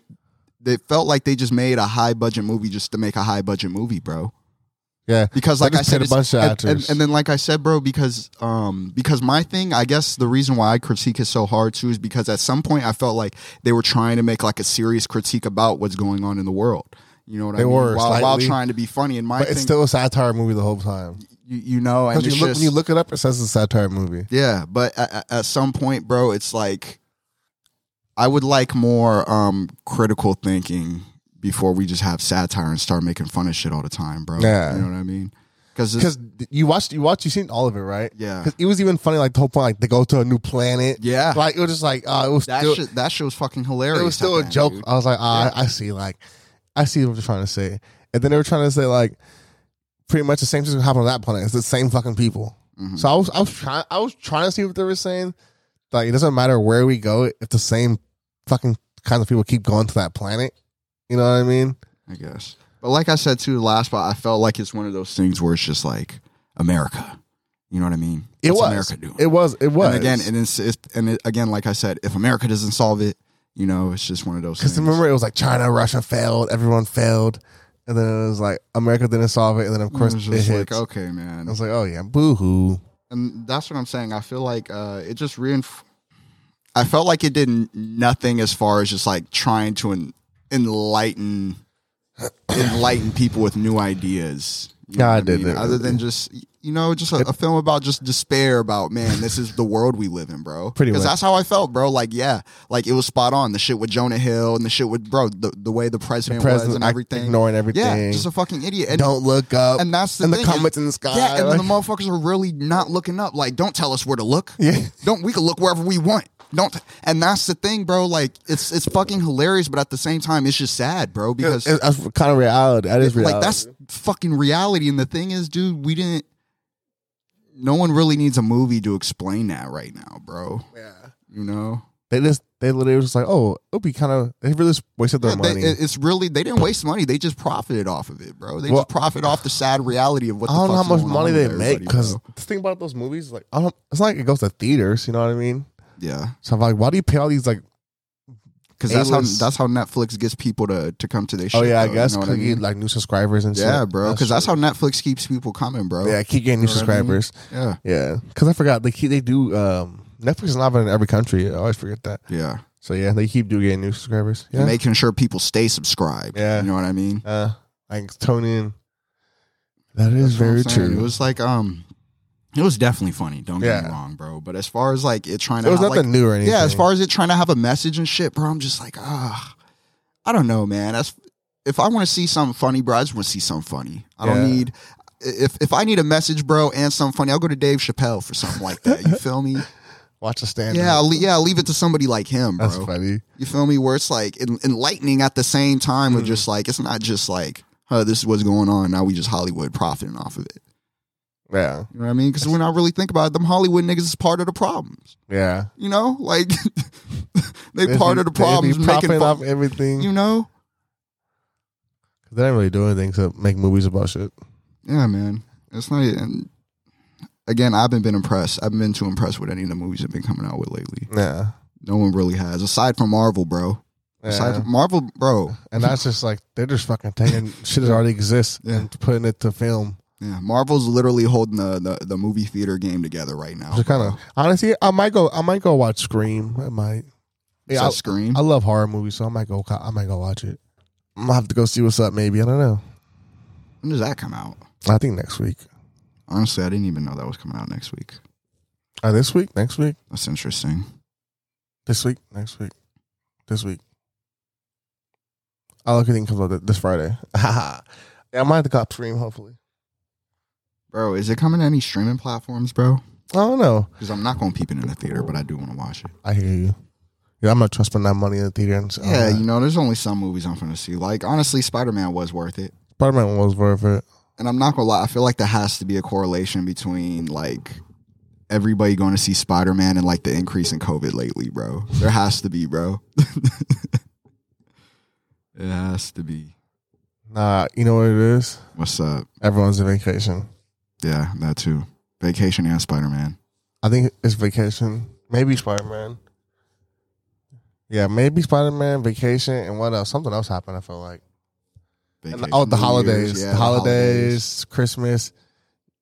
Speaker 2: They felt like they just made a high budget movie just to make a high budget movie, bro
Speaker 1: yeah,
Speaker 2: because
Speaker 1: They
Speaker 2: like I
Speaker 1: just paid
Speaker 2: said,
Speaker 1: a
Speaker 2: it's-
Speaker 1: bunch of
Speaker 2: and-
Speaker 1: actors.
Speaker 2: and, and then like I said, bro, because um because my thing, I guess the reason why I critique it so hard too is because at some point I felt like they were trying to make like a serious critique about what's going on in the world. You know what
Speaker 1: They
Speaker 2: I mean?
Speaker 1: were,
Speaker 2: while, while
Speaker 1: slightly.
Speaker 2: trying to be funny, and my
Speaker 1: but
Speaker 2: thing,
Speaker 1: it's still a satire movie the whole time.
Speaker 2: you, you know, and
Speaker 1: Because
Speaker 2: it's
Speaker 1: you look,
Speaker 2: just,
Speaker 1: when you look it up, it says it's a satire movie.
Speaker 2: yeah, but at, at some point, bro, it's like I would like more um critical thinking before we just have satire and start making fun of shit all the time, bro.
Speaker 1: Yeah.
Speaker 2: you know what I mean? Because
Speaker 1: Because you watched, you watched, you seen all of it, right?
Speaker 2: Yeah.
Speaker 1: Because it was even funny, like the whole point, like they go to a new planet.
Speaker 2: Yeah.
Speaker 1: Like it was just like, uh, it was
Speaker 2: That
Speaker 1: still,
Speaker 2: shit, that shit was fucking hilarious.
Speaker 1: it was still
Speaker 2: at
Speaker 1: a
Speaker 2: the end,
Speaker 1: joke.
Speaker 2: dude.
Speaker 1: I was like, ah, I I see, like, I see what they're trying to say. And then they were trying to say like, pretty much the same thing happened on that planet. It's the same fucking people.
Speaker 2: Mm-hmm.
Speaker 1: So I was, I was trying, I was trying to see what they were saying. Like it doesn't matter where we go if the same fucking kinds of people keep going to that planet. You know what I mean?
Speaker 2: I guess. But like I said too, last spot, I felt like it's one of those things where it's just like America. You know what I mean?
Speaker 1: It
Speaker 2: What's
Speaker 1: was.
Speaker 2: America doing.
Speaker 1: It was. It was.
Speaker 2: And again, and it's, it's and it, again, like I said, if America doesn't solve it, you know, it's just one of those.
Speaker 1: Because
Speaker 2: things.
Speaker 1: remember, it was like China, Russia failed, everyone failed, and then it was like America didn't solve it, and then of
Speaker 2: It
Speaker 1: course
Speaker 2: was
Speaker 1: it,
Speaker 2: just
Speaker 1: hits.
Speaker 2: like okay, man.
Speaker 1: I was Mm, like, oh yeah, boo hoo.
Speaker 2: and that's what I'm saying. I feel like uh, it just reinf. I felt like it did n- nothing as far as just like trying to en- enlighten [coughs] enlighten people with new ideas. You know
Speaker 1: Nah,
Speaker 2: what
Speaker 1: it didn't.
Speaker 2: Other than just you know, just a, a film about just despair about man, this is the world we live in, bro.
Speaker 1: Pretty much.
Speaker 2: that's how I felt, bro. Like yeah, like it was spot on. The shit with Jonah Hill and the shit with bro, the, the way the president, was
Speaker 1: president
Speaker 2: and
Speaker 1: act-
Speaker 2: everything,
Speaker 1: ignoring everything.
Speaker 2: Yeah, just a fucking idiot. And-
Speaker 1: Don't look up.
Speaker 2: and that's the
Speaker 1: and
Speaker 2: thing
Speaker 1: the
Speaker 2: is-
Speaker 1: comments in the sky.
Speaker 2: Yeah, and
Speaker 1: like-
Speaker 2: the motherfuckers are really not looking up. Like, don't tell us where to look.
Speaker 1: [laughs] Yeah.
Speaker 2: don't we can look wherever we want. Don't, and that's the thing, bro. Like, it's it's fucking hilarious, but at the same time, it's just sad, bro. Because
Speaker 1: It- that's kind of reality. That is reality.
Speaker 2: like that's fucking reality. And the thing is, dude, we didn't. No one really needs a movie to explain that right now, bro. Yeah, you know.
Speaker 1: they just they literally was just like, oh, it would be kind of they really just wasted their
Speaker 2: Yeah, they-
Speaker 1: money.
Speaker 2: it- it's really they didn't waste money. They just profited off of it, bro. They
Speaker 1: Well-
Speaker 2: just profit off the sad reality of what.
Speaker 1: I don't
Speaker 2: the
Speaker 1: know how
Speaker 2: fuck's
Speaker 1: much
Speaker 2: going
Speaker 1: money
Speaker 2: on
Speaker 1: they
Speaker 2: with
Speaker 1: make
Speaker 2: everybody,
Speaker 1: because
Speaker 2: bro.
Speaker 1: the thing about those movies, like, I don't, it's not like it goes to theaters. You know what I mean?
Speaker 2: yeah,
Speaker 1: So I'm like, why do you pay all these like?
Speaker 2: Because that's how
Speaker 1: A-list.
Speaker 2: that's how Netflix gets people to to come to their show.
Speaker 1: Oh yeah, I
Speaker 2: though,
Speaker 1: guess
Speaker 2: You know what I
Speaker 1: could get
Speaker 2: mean?
Speaker 1: like new subscribers and shit.
Speaker 2: yeah, bro. Because that's
Speaker 1: true.
Speaker 2: how Netflix keeps people coming, bro.
Speaker 1: yeah, keep getting new
Speaker 2: You know what I mean?
Speaker 1: subscribers.
Speaker 2: yeah,
Speaker 1: Yeah, because I forgot they keep they do um, Netflix is not in every country. I always forget that.
Speaker 2: yeah.
Speaker 1: So yeah, they keep doing getting new subscribers. Yeah,
Speaker 2: And Making sure people stay subscribed.
Speaker 1: Yeah.
Speaker 2: you know what I mean.
Speaker 1: uh, like tone in. That is
Speaker 2: That's what I'm
Speaker 1: very
Speaker 2: saying.
Speaker 1: true.
Speaker 2: It was like um, it was definitely funny. Don't get
Speaker 1: Yeah.
Speaker 2: me wrong, bro. But as far as like it trying to,
Speaker 1: There was
Speaker 2: have,
Speaker 1: nothing
Speaker 2: like,
Speaker 1: new or anything.
Speaker 2: Yeah, as far as it trying to have a message and shit, bro. I'm just like, ah, I don't know, man. That's if I want to see something funny, bro. I just want to see something funny. I don't
Speaker 1: Yeah.
Speaker 2: need.
Speaker 1: [laughs]
Speaker 2: If if I need a message, bro, and something funny, I'll go to Dave Chappelle for something like that. You feel me?
Speaker 1: Watch the stand.
Speaker 2: Yeah, I'll, le- yeah, I'll leave it to somebody like him, bro.
Speaker 1: that's funny.
Speaker 2: You feel me? Where it's like en- enlightening at the same time,
Speaker 1: Mm-hmm.
Speaker 2: with just like it's not just like, oh, this is what's going on. Now we just Hollywood profiting off of it.
Speaker 1: Yeah,
Speaker 2: You know what I mean? Because when I really think about it, them Hollywood niggas is part of the problems.
Speaker 1: yeah.
Speaker 2: You know, like [laughs] they part of the problems
Speaker 1: They be
Speaker 2: making
Speaker 1: propping
Speaker 2: fun,
Speaker 1: up everything.
Speaker 2: You know?
Speaker 1: they don't really do anything except make movies about shit.
Speaker 2: Yeah, man. It's not. And again, I haven't been impressed. I haven't been too impressed with any of the movies that have been coming out with lately.
Speaker 1: Yeah,
Speaker 2: No one really has, aside from Marvel, bro. Aside
Speaker 1: yeah.
Speaker 2: from Marvel, bro.
Speaker 1: and that's just like they're just fucking
Speaker 2: [laughs]
Speaker 1: taking shit that already exists
Speaker 2: Yeah.
Speaker 1: and putting it to film.
Speaker 2: Yeah, Marvel's literally holding the, the, the movie theater game together right now.
Speaker 1: Which kind of honestly, I might go. I might go watch Scream. I might.
Speaker 2: yeah,
Speaker 1: Yeah, I,
Speaker 2: Scream.
Speaker 1: I love horror movies, so I might go. I might go watch it. I'm gonna have to go see what's up. Maybe I don't know.
Speaker 2: when does that come out?
Speaker 1: I think next week.
Speaker 2: Honestly, I didn't even know that was coming out next week.
Speaker 1: Uh, this week, next week,
Speaker 2: That's interesting.
Speaker 1: this week, next week, this week. I look at it comes out th- this Friday. [laughs] yeah, I might have to cop Scream. Hopefully,
Speaker 2: Bro, is it coming to any streaming platforms, bro?
Speaker 1: I don't know.
Speaker 2: Because I'm not going to peep it in the theater, but I do want to watch it.
Speaker 1: I hear you. Yeah, I'm not trusting that money in the theater. And
Speaker 2: Yeah,
Speaker 1: you
Speaker 2: you know, there's only some movies I'm going to see. Like, honestly, Spider Man was worth it.
Speaker 1: Spider Man was worth it.
Speaker 2: And I'm not going to lie, I feel like there has to be a correlation between, like, everybody going to see Spider Man and, like, the increase in COVID lately, bro. There has to be, bro. [laughs] it has to be.
Speaker 1: Nah, you know what it is.
Speaker 2: What's up?
Speaker 1: Everyone's on vacation.
Speaker 2: Yeah, that too. Vacation and Spider Man.
Speaker 1: I think it's vacation. Maybe Spider Man. Yeah, maybe Spider Man, vacation, and what else? Something else happened. I feel like. And oh, the holidays, the holidays, Christmas,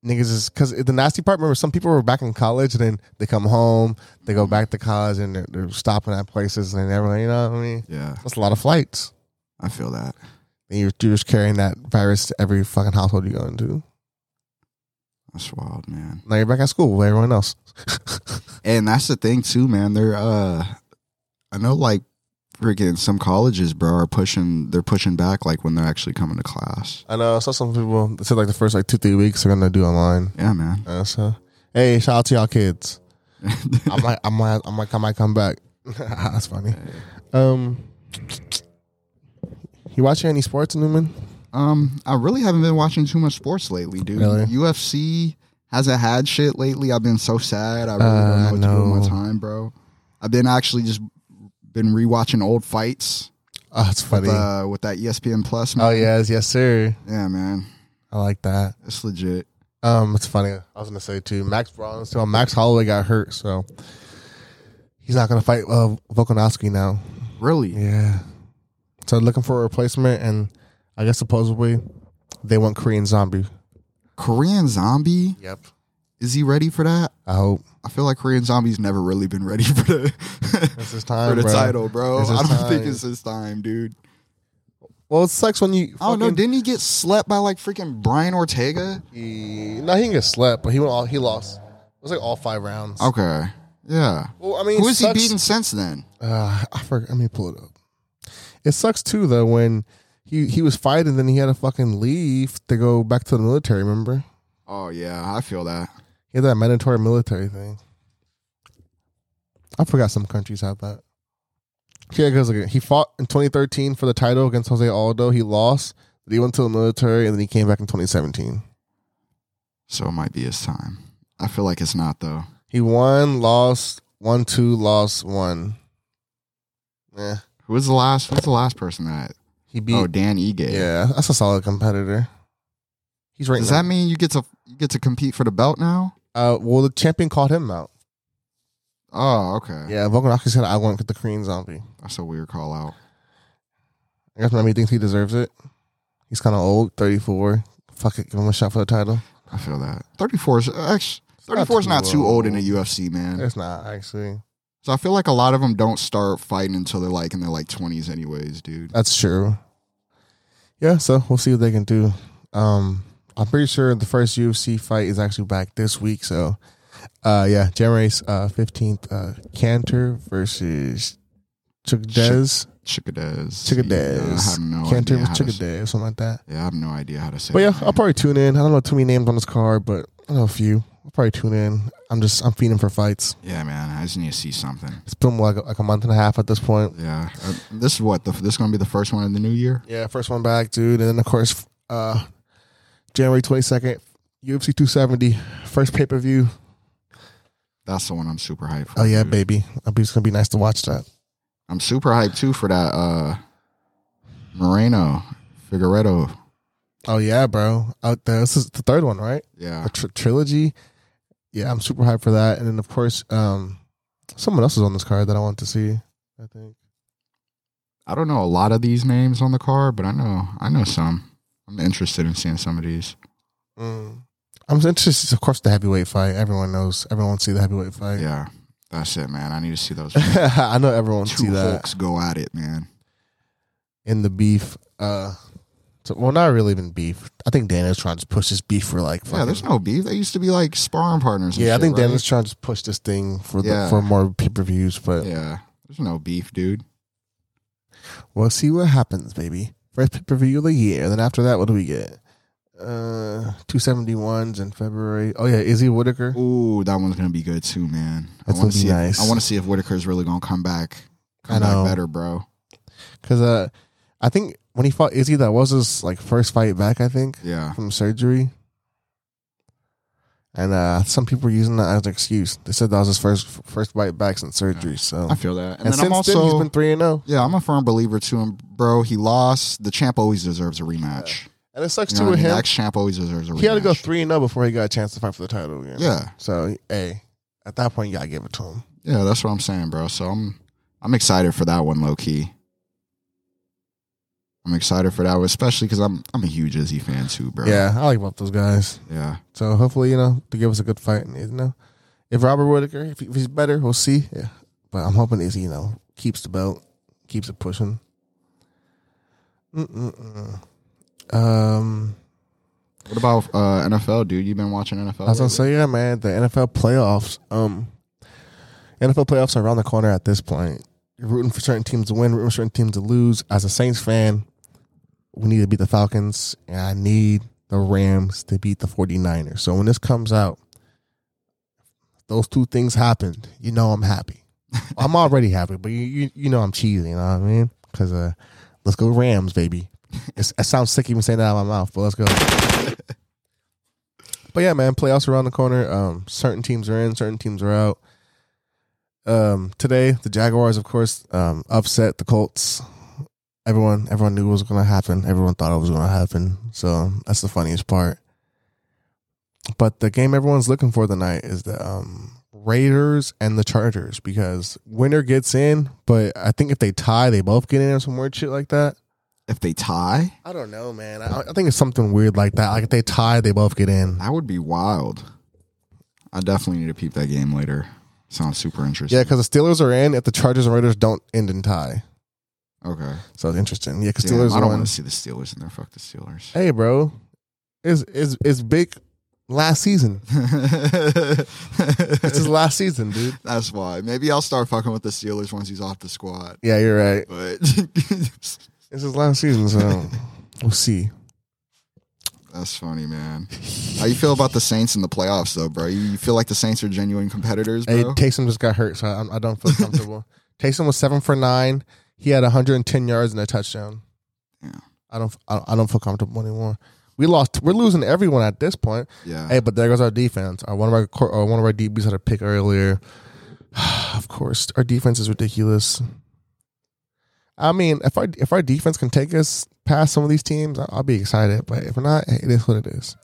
Speaker 1: niggas is because the nasty part. Remember, some people were back in college, and then they come home, they go back to college, and they're, they're stopping at places, and everything. You know what I mean?
Speaker 2: Yeah,
Speaker 1: That's a lot of flights.
Speaker 2: I feel that.
Speaker 1: And you're, you're just carrying that virus to every fucking household you go into.
Speaker 2: That's wild, man.
Speaker 1: Now you're back at school with everyone else. [laughs]
Speaker 2: And that's the thing too, man. They're uh, I know like freaking some colleges, bro, are pushing. They're pushing back like when they're actually coming to class.
Speaker 1: uh, I know. I saw some people that said like the first like two three weeks they're gonna do online.
Speaker 2: Yeah, man.
Speaker 1: Uh, so, hey, shout out to y'all [laughs] kids. I might, I might, I might, I might come back. [laughs] That's funny. Um, you watching any sports, Newman?
Speaker 2: Um, I really haven't been watching too much sports lately, dude.
Speaker 1: Really?
Speaker 2: UFC hasn't had shit lately. I've been so sad. I really
Speaker 1: Uh,
Speaker 2: don't know what to do
Speaker 1: no.
Speaker 2: with my time, bro. I've been actually just been rewatching old fights.
Speaker 1: Oh, it's funny.
Speaker 2: uh, with that ESPN Plus.
Speaker 1: oh
Speaker 2: Man.
Speaker 1: yes, yes sir.
Speaker 2: yeah, man,
Speaker 1: I like that.
Speaker 2: it's legit.
Speaker 1: Um, it's funny. I was gonna say too. Max Braun. So Max Holloway got hurt, so he's not gonna fight uh, Volkanovski now.
Speaker 2: Really?
Speaker 1: Yeah. So looking for a replacement, and I guess supposedly they want Korean Zombie.
Speaker 2: Korean Zombie?
Speaker 1: Yep.
Speaker 2: Is he ready for that?
Speaker 1: I hope
Speaker 2: I feel like Korean Zombie's never really been ready [laughs] for the
Speaker 1: it's his
Speaker 2: [laughs] for
Speaker 1: time
Speaker 2: the
Speaker 1: bro.
Speaker 2: title, bro.
Speaker 1: It's his
Speaker 2: I don't think
Speaker 1: time.
Speaker 2: it's his time, dude.
Speaker 1: Well, it sucks when you.
Speaker 2: I don't know.
Speaker 1: fucking-
Speaker 2: Didn't he get slept by like freaking Brian Ortega?
Speaker 1: He, no, he didn't get slept, but he went all. He lost. It was like all five rounds.
Speaker 2: Okay. Yeah.
Speaker 1: Well, I mean,
Speaker 2: Who
Speaker 1: it
Speaker 2: has he
Speaker 1: sucks-
Speaker 2: beaten since then?
Speaker 1: Uh, I forgot. Let me pull it up. It sucks too, though, when he he was fighting, then he had to fucking leave to go back to the military. Remember,
Speaker 2: Oh yeah, I feel that.
Speaker 1: he had that mandatory military thing. I forgot some countries have that. Here it goes again. He fought in 2013 for the title against Jose Aldo. He lost. Then he went to the military, and then he came back in 2017.
Speaker 2: So it might be his time. I feel like it's not though.
Speaker 1: He won, lost, one, two, lost, one. Yeah.
Speaker 2: Who was the last? Who's the last person that?
Speaker 1: He beat
Speaker 2: oh, Dan Ige.
Speaker 1: Yeah, that's a solid competitor. He's right.
Speaker 2: Does that mean you get to you get to compete for the belt now?
Speaker 1: uh well the champion called him out.
Speaker 2: Oh, okay.
Speaker 1: Yeah, Volkanovski said I want the Korean zombie.
Speaker 2: That's a weird call out.
Speaker 1: I guess maybe he thinks he deserves it. He's kinda old, thirty four. Fuck it, give him a shot for the title.
Speaker 2: I feel that. 34 is actually
Speaker 1: not
Speaker 2: 34 is
Speaker 1: too
Speaker 2: not too old in
Speaker 1: old.
Speaker 2: the UFC, man.
Speaker 1: It's not actually.
Speaker 2: So I feel like a lot of them don't start fighting until they're like in their like 20s anyways, dude.
Speaker 1: That's true. Yeah, so we'll see what they can do. Um, I'm pretty sure the first UFC fight is actually back this week. So, uh, yeah, January uh, 15th, uh, Cantor versus Chukadez.
Speaker 2: Chickadees.
Speaker 1: Chukadez.
Speaker 2: Yeah, I have no
Speaker 1: Cantor
Speaker 2: idea. How
Speaker 1: versus
Speaker 2: to say,
Speaker 1: Chukadez, something like that.
Speaker 2: yeah, I have no idea how to say
Speaker 1: But yeah,
Speaker 2: that
Speaker 1: I'll
Speaker 2: name.
Speaker 1: probably tune in. I don't know too many names on this card, but I know a few. I'll probably tune in. I'm just I'm feeding for fights.
Speaker 2: Yeah, man. I just need to see something.
Speaker 1: It's been like, like a month and a half at this point.
Speaker 2: Yeah. Uh, This is what the, this is gonna be the first one in the new year.
Speaker 1: Yeah, first one back, dude. And then of course, uh January twenty second, UFC two seventy, first pay per view.
Speaker 2: That's the one I'm super hyped for.
Speaker 1: Oh yeah,
Speaker 2: dude.
Speaker 1: baby. I think it's gonna be nice to watch that.
Speaker 2: I'm super hyped too for that uh Moreno Figueredo.
Speaker 1: Oh yeah, bro. Out there. This is the third one, right?
Speaker 2: Yeah.
Speaker 1: A tr- trilogy. Yeah, I'm super hyped for that. And then of course, um someone else is on this card that I want to see. I think.
Speaker 2: I don't know a lot of these names on the card, but I know I know some. I'm interested in seeing some of these.
Speaker 1: Mm. I'm interested, of course, the heavyweight fight. Everyone knows. Everyone wants to see the heavyweight fight.
Speaker 2: Yeah. That's it, man. I need to see those
Speaker 1: [laughs] I know everyone wants to see
Speaker 2: two
Speaker 1: that.
Speaker 2: Hulks go at it, man.
Speaker 1: in the beef. Uh, so, well, not really even beef. I think Daniel's trying to just push this beef for like. Fucking,
Speaker 2: Yeah, there's no beef. They used to be like sparring partners. And
Speaker 1: Yeah, I
Speaker 2: shit,
Speaker 1: think
Speaker 2: right?
Speaker 1: Daniel's trying to just push this thing for
Speaker 2: Yeah.
Speaker 1: the, for more pay per views. But
Speaker 2: Yeah, there's no beef, dude.
Speaker 1: we'll see what happens, baby. First pay per view of the year. Then after that, what do we get? Uh, two seventy ones in February. Oh yeah, Izzy Whitaker.
Speaker 2: Ooh, that one's gonna be good too, man. I
Speaker 1: That's
Speaker 2: want
Speaker 1: gonna be
Speaker 2: to see.
Speaker 1: nice.
Speaker 2: If, I want to see if Whitaker's really gonna come back. Come
Speaker 1: I know.
Speaker 2: back better, bro.
Speaker 1: Because uh, I think when he fought Izzy, that was his like first fight back. I think
Speaker 2: Yeah,
Speaker 1: from surgery. And uh, some people were using that as an excuse. They said that was his first first fight back since surgery. So
Speaker 2: I feel that. And,
Speaker 1: And,
Speaker 2: then I'm
Speaker 1: since then,
Speaker 2: also,
Speaker 1: he's been three and oh. zero.
Speaker 2: yeah, I'm a firm believer to him, bro. He lost. The champ always deserves a rematch.
Speaker 1: And it sucks
Speaker 2: You
Speaker 1: too
Speaker 2: know what I
Speaker 1: with
Speaker 2: mean? The
Speaker 1: him.
Speaker 2: ex champ always deserves a rematch.
Speaker 1: He had to go three and zero before he got a chance to fight for the title again.
Speaker 2: Yeah,
Speaker 1: So hey, at that point, you gotta give it to him.
Speaker 2: yeah, that's what I'm saying, bro. So I'm, I'm excited for that one, low key. I'm excited for that, one, especially because I'm, I'm a huge Izzy fan too, bro.
Speaker 1: Yeah, I like both those guys.
Speaker 2: yeah.
Speaker 1: So hopefully, you know, they give us a good fight. And, you know, if Robert Whitaker, if, he- if he's better, we'll see. Yeah. But I'm hoping Izzy, you know, keeps the belt, keeps it pushing. Mm-mm-mm. Um,
Speaker 2: What about uh, NFL, dude? You've been watching NFL?
Speaker 1: I was gonna
Speaker 2: lately?
Speaker 1: say, yeah, man, the NFL playoffs. Um, NFL playoffs are around the corner at this point. You're rooting for certain teams to win, rooting for certain teams to lose. As a Saints fan, we need to beat the Falcons, and I need the Rams to beat the 49ers. So when this comes out, those two things happened. You know I'm happy. I'm already happy, but you you, you know I'm cheesy. You know what I mean? Because uh, let's go Rams, baby. It's, it sounds sick even saying that out of my mouth, but let's go. But yeah, man, playoffs are around the corner. Um, certain teams are in, certain teams are out. Um, today the Jaguars, of course, um, upset the Colts. Everyone, everyone knew it was going to happen. Everyone thought it was going to happen. So that's the funniest part. But the game everyone's looking for tonight is the um, Raiders and the Chargers because winner gets in, but I think if they tie, they both get in or some weird shit like that.
Speaker 2: if they tie,
Speaker 1: I don't know, man. I, I think it's something weird like that. Like if they tie, they both get in.
Speaker 2: That would be wild. I definitely need to peep that game later. Sounds super interesting.
Speaker 1: Yeah, because the Steelers are in if the Chargers and Raiders don't end in tie.
Speaker 2: Okay.
Speaker 1: So it's interesting. Yeah, because
Speaker 2: Damn,
Speaker 1: Steelers
Speaker 2: I don't
Speaker 1: won.
Speaker 2: want to see the Steelers in there. Fuck the Steelers.
Speaker 1: Hey, bro, it's it's it's big. Last season, this is last season, dude.
Speaker 2: [laughs] That's why. Maybe I'll start fucking with the Steelers once he's off the squad.
Speaker 1: Yeah, you're right.
Speaker 2: But [laughs]
Speaker 1: This is last season, so we'll see.
Speaker 2: that's funny, man. How you feel about the Saints in the playoffs, though, bro? You feel like the Saints are genuine competitors,
Speaker 1: Hey,
Speaker 2: bro?
Speaker 1: Taysom just got hurt, so I, I don't feel comfortable. Taysom was seven for nine. He had 110 yards and a touchdown.
Speaker 2: Yeah.
Speaker 1: I don't I, I don't feel comfortable anymore. We lost. We're losing everyone at this point.
Speaker 2: yeah.
Speaker 1: Hey, but there goes our defense. Our one of our cor- uh, one of our DBs had a pick earlier. [sighs] of course, our defense is ridiculous. I mean, if our if our defense can take us past some of these teams, I- I'll be excited. But if not, hey, it is what it is.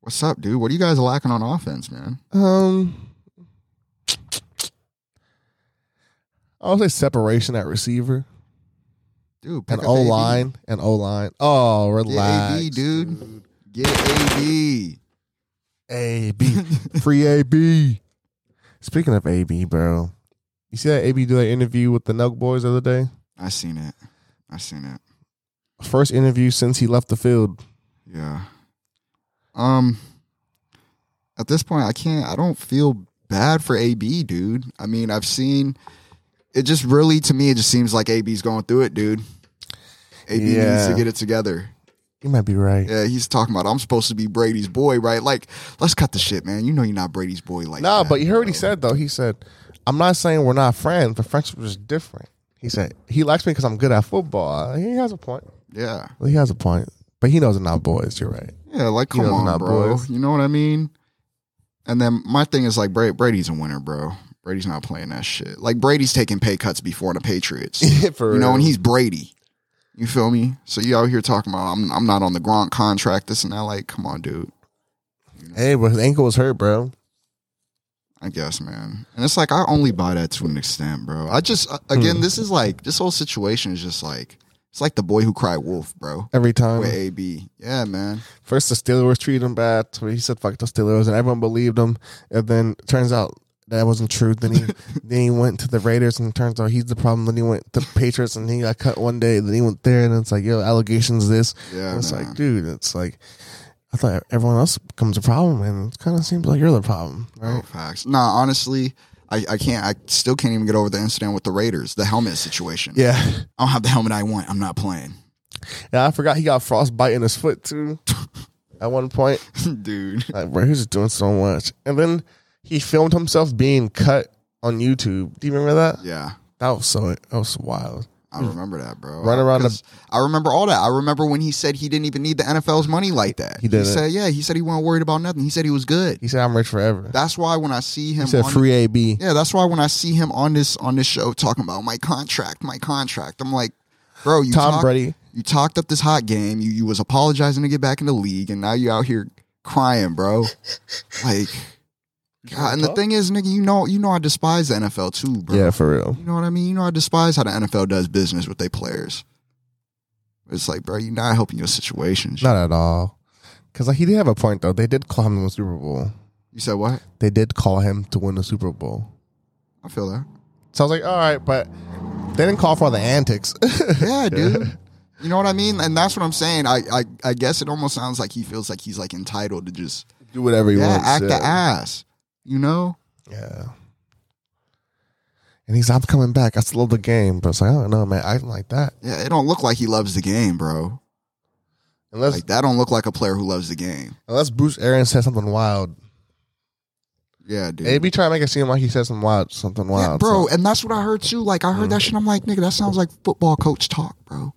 Speaker 2: What's up, dude? What are you guys lacking on offense, man?
Speaker 1: Um, I would say separation at receiver
Speaker 2: Dude, pick
Speaker 1: and
Speaker 2: up
Speaker 1: O
Speaker 2: AB.
Speaker 1: line and O line. Oh,
Speaker 2: Get
Speaker 1: relax,
Speaker 2: AB, dude. Get AB.
Speaker 1: AB. Free AB. Speaking of AB, bro, you see that AB do that interview with the Nug Boys the other day?
Speaker 2: I seen it. I seen it.
Speaker 1: First interview since he left the field.
Speaker 2: Yeah. Um. At this point, I can't. I don't feel bad for AB, dude. I mean, I've seen. It just really, to me, it just seems like AB's going through it, dude. AB needs
Speaker 1: Yeah.
Speaker 2: to get it together.
Speaker 1: You might be right.
Speaker 2: Yeah, he's talking about I'm supposed to be Brady's boy, right? Like, let's cut the shit, man. You know you're not Brady's boy, like.
Speaker 1: No,
Speaker 2: that,
Speaker 1: but you heard what he
Speaker 2: bro.
Speaker 1: said though. He said, "I'm not saying we're not friends, but friendship is different." He said he likes me because I'm good at football. He has a point.
Speaker 2: Yeah,
Speaker 1: He has a point, but he knows they're not boys. You're right.
Speaker 2: yeah. Like,
Speaker 1: You
Speaker 2: come
Speaker 1: know,
Speaker 2: on,
Speaker 1: not
Speaker 2: bro.
Speaker 1: boys.
Speaker 2: You know what I mean? And then my thing is like, Bra- Brady's a winner, bro. Brady's not playing that shit. Like, Brady's taking pay cuts before
Speaker 1: [laughs]
Speaker 2: the Patriots.
Speaker 1: [laughs] For
Speaker 2: you know,
Speaker 1: real.
Speaker 2: and he's Brady. You feel me? So you out here talking about I'm I'm not on the Gronk contract, this and that. Like, come on, dude.
Speaker 1: hey, but his ankle was hurt, bro.
Speaker 2: I guess, man. And it's like I only buy that to an extent, bro. I just uh,
Speaker 1: Hmm.
Speaker 2: again, this is like this whole situation is just like it's like the boy who cried wolf,
Speaker 1: [laughs]
Speaker 2: bro.
Speaker 1: Every time,
Speaker 2: With AB, yeah, man.
Speaker 1: first the Steelers treated him bad. So he said, "Fuck the Steelers," and everyone believed him. And then turns out that wasn't true. Then
Speaker 2: [laughs]
Speaker 1: he then he went to the Raiders, and turns out he's the problem. Then he went to Patriots, and he got cut one day. Then he went there, and it's like, yo, allegations this.
Speaker 2: Yeah,
Speaker 1: And it's like,
Speaker 2: man.
Speaker 1: dude, it's like. I thought everyone else becomes a problem, and it kind of seems like you're the problem,
Speaker 2: Oh,
Speaker 1: right?
Speaker 2: facts. Nah, honestly, I, I can't. I still can't even get over the incident with the Raiders, the helmet situation.
Speaker 1: Yeah,
Speaker 2: I don't have the helmet I want. I'm not playing,
Speaker 1: [laughs] yeah. I forgot he got frostbite in his foot
Speaker 2: [laughs]
Speaker 1: too. At one point,
Speaker 2: dude.
Speaker 1: Like, bro, he was just doing so much. And then he filmed himself being cut on YouTube. Do you remember that?
Speaker 2: Yeah.
Speaker 1: That was so that was wild.
Speaker 2: I remember that, bro.
Speaker 1: Run Hmm. around the-
Speaker 2: 'Cause I remember all that. I remember when he said he didn't even need the NFL's money like that.
Speaker 1: He didn't.
Speaker 2: said, "Yeah." He said he wasn't worried about nothing. He said he was good.
Speaker 1: He said, I'm rich forever.
Speaker 2: That's why when I see him,
Speaker 1: He said
Speaker 2: on-
Speaker 1: free A B.
Speaker 2: yeah, that's why when I see him on this on this show talking about my contract, my contract, I'm like, bro, you
Speaker 1: Tom
Speaker 2: talked-
Speaker 1: Brady.
Speaker 2: you talked up this hot game. You you was apologizing to get back in the league, and now you out here
Speaker 1: [laughs]
Speaker 2: crying, bro. like, God, and the thing is, nigga, you know you know I despise the NFL too, bro.
Speaker 1: Yeah, for real.
Speaker 2: You know what I mean? You know, I despise how the NFL does business with their players. It's like, bro, you're not helping your situation.
Speaker 1: Not at all. Cause like he did have a point though. They did call him to win the Super Bowl.
Speaker 2: you said what?
Speaker 1: They did call him to win the Super Bowl.
Speaker 2: I feel that.
Speaker 1: So I was like, all right, but they didn't call for all the antics. [laughs]
Speaker 2: Yeah, dude. You know what I mean? And that's what I'm saying. I, I, I guess it almost sounds like he feels like he's like entitled to just
Speaker 1: Do whatever you
Speaker 2: yeah,
Speaker 1: want.
Speaker 2: act the ass. You know?
Speaker 1: Yeah. And he's I'm coming back. I still love the game. But it's like, I don't know, man. I didn't like that.
Speaker 2: Yeah, it don't look like he loves the game, bro.
Speaker 1: Unless
Speaker 2: Like that don't look like a player who loves the game.
Speaker 1: Unless Bruce Aaron said something wild.
Speaker 2: Yeah, dude.
Speaker 1: They be trying to make it seem like he said some wild, something wild.
Speaker 2: Yeah, bro,
Speaker 1: so-
Speaker 2: and that's what I heard too. Like I heard
Speaker 1: Mm.
Speaker 2: that shit. I'm like, nigga, that sounds like football coach talk, bro.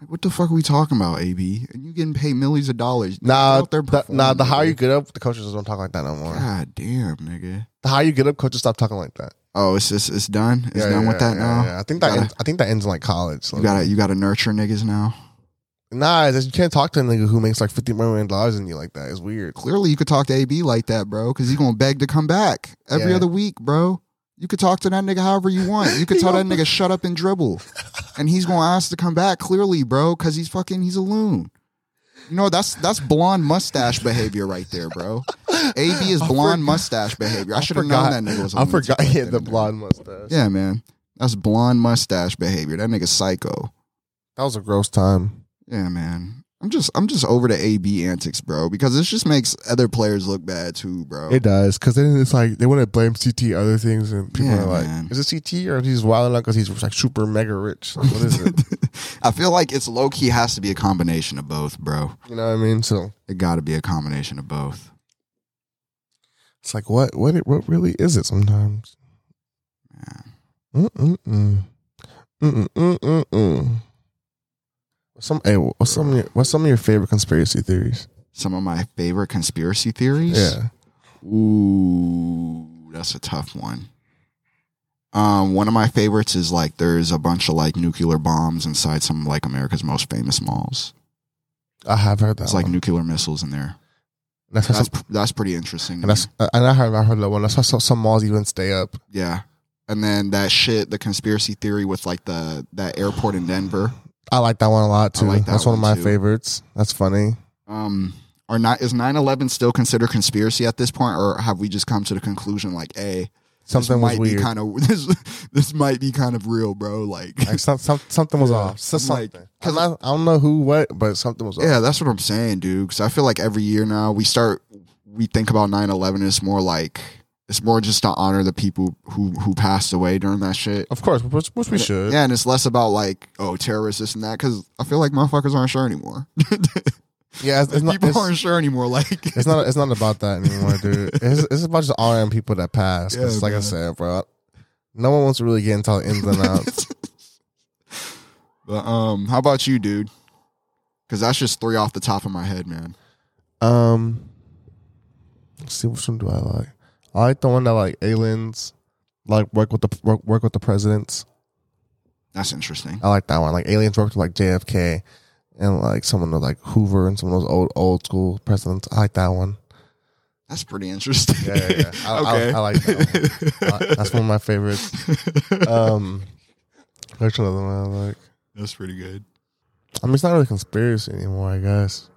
Speaker 2: Like, what the fuck are we talking about, AB? And you getting paid millions of dollars? Nigga,
Speaker 1: nah,
Speaker 2: out there
Speaker 1: the, nah. The
Speaker 2: performing,
Speaker 1: how you
Speaker 2: nigga.
Speaker 1: get up, the coaches don't talk like that no more.
Speaker 2: God damn, nigga.
Speaker 1: The how you get up, coaches stop talking like that.
Speaker 2: Oh, it's it's, it's done. It's done with that
Speaker 1: yeah,
Speaker 2: now.
Speaker 1: yeah. I think that
Speaker 2: You gotta,
Speaker 1: ends, I think that ends in like college.
Speaker 2: you
Speaker 1: Like,
Speaker 2: gotta you gotta nurture niggas now.
Speaker 1: nah, it's just- you can't talk to a nigga who makes like fifty million dollars in you like that. It's weird.
Speaker 2: Clearly, you could talk to AB like that, bro, because he's gonna beg to come back every
Speaker 1: Yeah.
Speaker 2: other week, bro. You could talk to that nigga however you want.
Speaker 1: [laughs]
Speaker 2: You could tell that nigga shut up and dribble, and he's gonna ask to come back. Clearly, bro, because he's fucking he's a loon. You know that's that's blonde mustache behavior right there, bro.
Speaker 1: [laughs]
Speaker 2: AB is blonde mustache behavior. I should have known
Speaker 1: forgot-
Speaker 2: that nigga was. a
Speaker 1: I
Speaker 2: loon
Speaker 1: forgot
Speaker 2: too.
Speaker 1: he had the blonde mustache.
Speaker 2: Yeah, man, that's blonde mustache behavior. That nigga's psycho.
Speaker 1: That was a gross time.
Speaker 2: Yeah, man. I'm just I'm just over the AB antics, bro, because this just makes other players look bad too, bro.
Speaker 1: It does because then it's like they want to blame CT other things, and people
Speaker 2: Yeah,
Speaker 1: are like,
Speaker 2: man.
Speaker 1: "Is it CT or he's wilding out because he's like super mega rich? Like, what is it?
Speaker 2: [laughs] I feel like it's low key has to be a combination of both, bro.
Speaker 1: you know what I mean?" So
Speaker 2: It got to be a combination of both.
Speaker 1: It's like what what it, what really is it sometimes? Mm-mm-mm. Mm-mm-mm-mm. What's some hey, what's some of your, what's some of your favorite conspiracy theories?
Speaker 2: Some of my favorite conspiracy theories.
Speaker 1: Yeah.
Speaker 2: Ooh, that's a tough one. Um, one of my favorites is like there's a bunch of like nuclear bombs inside some of, like America's most famous malls.
Speaker 1: I have heard that.
Speaker 2: It's like
Speaker 1: one.
Speaker 2: nuclear missiles in there.
Speaker 1: Oh. that's,
Speaker 2: That's
Speaker 1: that's,
Speaker 2: that's pretty interesting. to
Speaker 1: and that's
Speaker 2: me.
Speaker 1: and I heard I heard that one. That's why some, some malls even stay up.
Speaker 2: yeah. And then that shit, the conspiracy theory with like the that airport in Denver.
Speaker 1: I like that one a lot
Speaker 2: I
Speaker 1: too.
Speaker 2: like that
Speaker 1: that's one,
Speaker 2: one,
Speaker 1: of my
Speaker 2: too.
Speaker 1: favorites. That's funny.
Speaker 2: um are not is 9-11 still considered conspiracy at this point or have we just come to the conclusion like hey
Speaker 1: Something
Speaker 2: this
Speaker 1: was
Speaker 2: might be
Speaker 1: weird.
Speaker 2: kind of [laughs] this this might be kind of real bro like
Speaker 1: Like, [laughs] some, some, something was off. So
Speaker 2: I'm like-
Speaker 1: something. I'm not- I don't know who, what, but something was off.
Speaker 2: [laughs] yeah that's what i'm saying dude because i feel like every year now we start we think about 9-11 it's more like It's more just to honor the people who who passed away during that shit.
Speaker 1: Of course, which, which we should.
Speaker 2: Yeah, and it's less about like oh terrorists this and that because I feel like motherfuckers aren't sure anymore. [laughs]
Speaker 1: Yeah, it's, it's not.
Speaker 2: people
Speaker 1: It's,
Speaker 2: aren't sure anymore. Like
Speaker 1: it's not. It's not about that anymore,
Speaker 2: [laughs]
Speaker 1: dude. It's, it's about just honoring people that passed. 'Cause
Speaker 2: Yeah,
Speaker 1: like I
Speaker 2: man.
Speaker 1: said, bro. No one wants to really get into the ins and
Speaker 2: [laughs]
Speaker 1: outs.
Speaker 2: But um, how about you, dude? Because that's just three off the top of my head, man.
Speaker 1: um, let's see which one do I like. I like the one that like aliens, like work with the work, work with the presidents.
Speaker 2: That's interesting.
Speaker 1: I like that one. Like aliens worked with like JFK and like someone of like Hoover and some of those old old school presidents. I like that one.
Speaker 2: That's pretty interesting.
Speaker 1: Yeah, yeah, yeah.
Speaker 2: [laughs]
Speaker 1: I, I, I like that. One. I- that's one of my favorites. Um, which another one I like?
Speaker 2: that's pretty good.
Speaker 1: I mean, it's not really conspiracy anymore, I guess.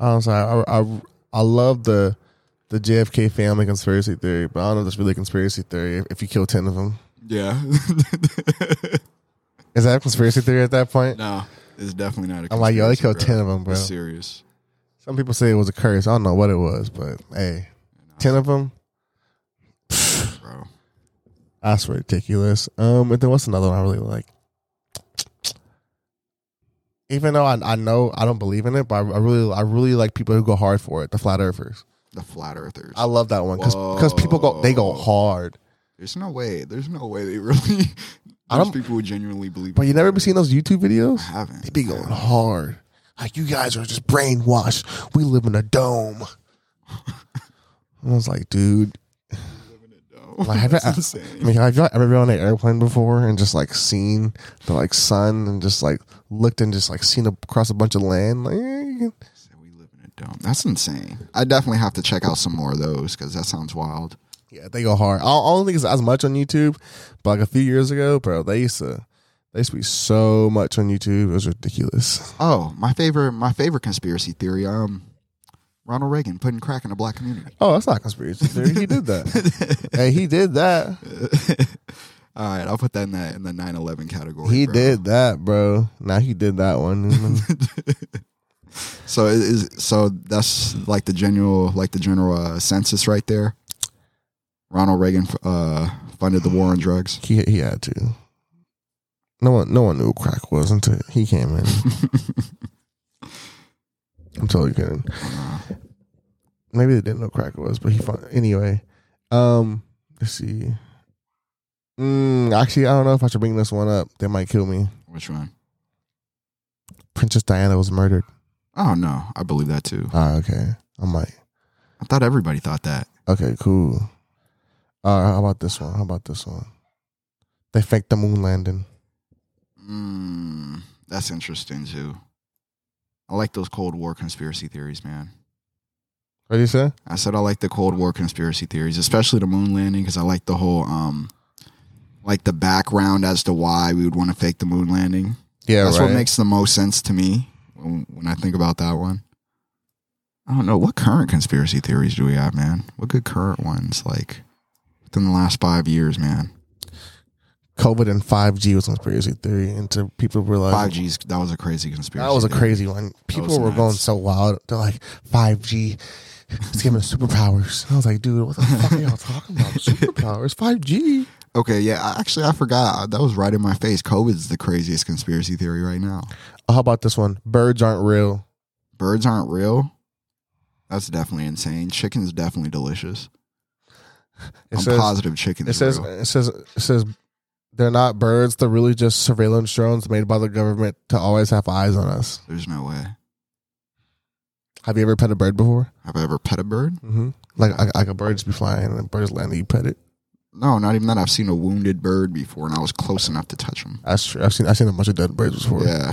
Speaker 1: Honestly, I I, I love the the JFK family conspiracy theory, but I don't know if that's really a conspiracy theory. If, if you kill ten of them,
Speaker 2: [laughs] Yeah.
Speaker 1: is that a conspiracy theory at that point?
Speaker 2: no, it's definitely not. A
Speaker 1: I'm like, yo, they killed
Speaker 2: conspiracy, bro.
Speaker 1: ten of them, bro.
Speaker 2: It's serious.
Speaker 1: Some people say it was a curse. I don't know what it was, but hey, ten of them.
Speaker 2: bro.
Speaker 1: That's ridiculous. Um, and then what's another one I really like? Even though I, I know I don't believe in it, but I, I really I really like people who go hard for it. The flat earthers.
Speaker 2: The flat earthers.
Speaker 1: I love that one because people go they go
Speaker 2: Whoa.
Speaker 1: hard.
Speaker 2: there's no way. There's no way they [laughs] really.
Speaker 1: I
Speaker 2: There's
Speaker 1: don't-
Speaker 2: people who genuinely believe.
Speaker 1: But you never been
Speaker 2: seen.
Speaker 1: seen those YouTube videos?
Speaker 2: I haven't.
Speaker 1: They be going hard. Like you guys are just brainwashed. We live in a dome. I was like, dude. Like, have, you,
Speaker 2: That's
Speaker 1: I, I mean, have y'all ever been on an airplane before and just like seen the like sun and just like looked and just like seen across a bunch of land? Like, yeah, you can-
Speaker 2: We live in a dome. That's insane. I definitely have to check out some more of those because that sounds wild.
Speaker 1: yeah, they go hard. I don't- I don't think it's as much on YouTube, but like a few years ago, bro, they used to they used to be so much on YouTube. It was ridiculous.
Speaker 2: Oh, my favorite, my favorite conspiracy theory. Um, Ronald Reagan putting crack in the black
Speaker 1: [laughs]
Speaker 2: community.
Speaker 1: Oh, that's not conspiracy theory. He did
Speaker 2: [laughs]
Speaker 1: that. hey, he did that.
Speaker 2: All right, I'll put that in the in the 9/11 category.
Speaker 1: He
Speaker 2: bro.
Speaker 1: did that, bro. Now he did that one.
Speaker 2: So it is so that's like the general like the general uh, census right there. Ronald Reagan uh, funded the war on drugs.
Speaker 1: he he had to. No one no one knew who crack was until he came in. I'm totally kidding. Maybe they didn't know crack was, but he found anyway. Um, let's see. Mm, actually, I don't know if I should bring this one up. They might kill me.
Speaker 2: Which one?
Speaker 1: Princess Diana was murdered.
Speaker 2: Oh no, I believe that too.
Speaker 1: Ah, okay. I might.
Speaker 2: I thought everybody thought that.
Speaker 1: Okay, cool. All right, how about this one? How about this one? They faked the moon landing.
Speaker 2: Mm, that's interesting too. I like those Cold War conspiracy theories, man.
Speaker 1: What do you say?
Speaker 2: I said I like the Cold War conspiracy theories, especially the moon landing, because I like the whole um, like the background as to why we would want to fake the moon landing.
Speaker 1: Yeah,
Speaker 2: That's
Speaker 1: Oh, right.
Speaker 2: what makes the most sense to me when, when I think about that one. I don't know what current conspiracy theories do we have, man. What good current ones like within the last five years, man?
Speaker 1: COVID and 5G was conspiracy theory, and to people
Speaker 2: Five
Speaker 1: realized
Speaker 2: G's that was a crazy conspiracy.
Speaker 1: Uh, that was a
Speaker 2: theory.
Speaker 1: crazy one. People
Speaker 2: was
Speaker 1: were going
Speaker 2: nuts.
Speaker 1: so wild. They're like, 5G, it's giving us superpowers. And I was like, dude, what the fuck
Speaker 2: [laughs]
Speaker 1: are y'all talking about? Superpowers, 5G.
Speaker 2: Okay, yeah. I, actually, I forgot. That was right in my face. COVID's the craziest conspiracy theory right now.
Speaker 1: Oh, how about this one? Birds aren't real.
Speaker 2: Birds aren't real. That's definitely insane. Chicken's definitely delicious.
Speaker 1: It
Speaker 2: I'm
Speaker 1: says,
Speaker 2: positive chicken
Speaker 1: it
Speaker 2: is
Speaker 1: says,
Speaker 2: real.
Speaker 1: it says, it says, they're not birds. They're really just surveillance drones made by the government to always have eyes on us.
Speaker 2: There's no way.
Speaker 1: Have you ever pet a bird before?
Speaker 2: Have I ever pet a bird?
Speaker 1: Mm-hmm. Like, like, like a bird just be flying and a bird's landing, you pet it.
Speaker 2: No, not even that. I've seen a wounded bird before, and I was close enough to touch him.
Speaker 1: That's true. I've seen, I've seen a bunch of dead birds before.
Speaker 2: Yeah,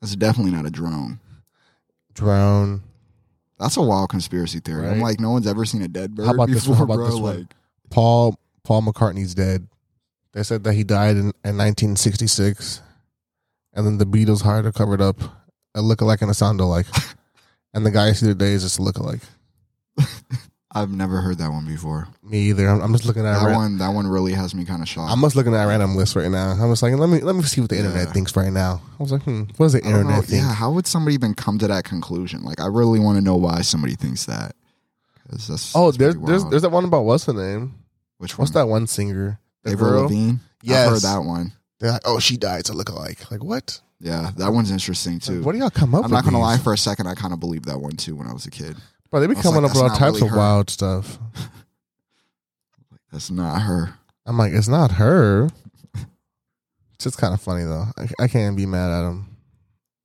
Speaker 2: that's definitely not a drone.
Speaker 1: Drone.
Speaker 2: That's a wild conspiracy theory. I'm
Speaker 1: Right.
Speaker 2: like, no one's ever seen a dead bird
Speaker 1: How about this
Speaker 2: before,
Speaker 1: one? How about
Speaker 2: bro.
Speaker 1: this one?
Speaker 2: Like,
Speaker 1: Paul Paul McCartney's dead. They said that he died in, in 1966, and then the Beatles hired a covered up a look-alike and a [laughs] sound-alike, and the guy you see today is just a look-alike.
Speaker 2: I've never heard that one before.
Speaker 1: Me either. I'm, I'm just looking at.
Speaker 2: That
Speaker 1: a ran-
Speaker 2: one, that one really has me kind of shocked.
Speaker 1: I'm just looking at a random list right now. I'm just like, let me let me see what the internet
Speaker 2: Yeah.
Speaker 1: thinks right now. I was like, hmm, what does the
Speaker 2: I don't know.
Speaker 1: internet think?
Speaker 2: Yeah, how would somebody even come to that conclusion? Like, I really want to know why somebody thinks that. 'Cause that's-
Speaker 1: Oh,
Speaker 2: that's
Speaker 1: there's
Speaker 2: pretty
Speaker 1: there's
Speaker 2: wild.
Speaker 1: there's that one about what's her name?
Speaker 2: which one?
Speaker 1: What's that one singer? The
Speaker 2: Avril
Speaker 1: girl.
Speaker 2: Lavigne.
Speaker 1: Yes.
Speaker 2: I've heard that one.
Speaker 1: They're like, oh, she died to look alike. Like what?
Speaker 2: Yeah, that one's interesting
Speaker 1: Like,
Speaker 2: too.
Speaker 1: what do y'all come up?
Speaker 2: I'm
Speaker 1: with
Speaker 2: not gonna
Speaker 1: these?
Speaker 2: lie. For a second, I kind of believed that one too when I was a kid.
Speaker 1: Bro, they be
Speaker 2: I was
Speaker 1: coming
Speaker 2: like,
Speaker 1: up with all
Speaker 2: that's not
Speaker 1: types
Speaker 2: really
Speaker 1: of
Speaker 2: her.
Speaker 1: wild stuff.
Speaker 2: That's not her.
Speaker 1: I'm like, it's not her. It's just kind of funny though. I, I can't be mad at them.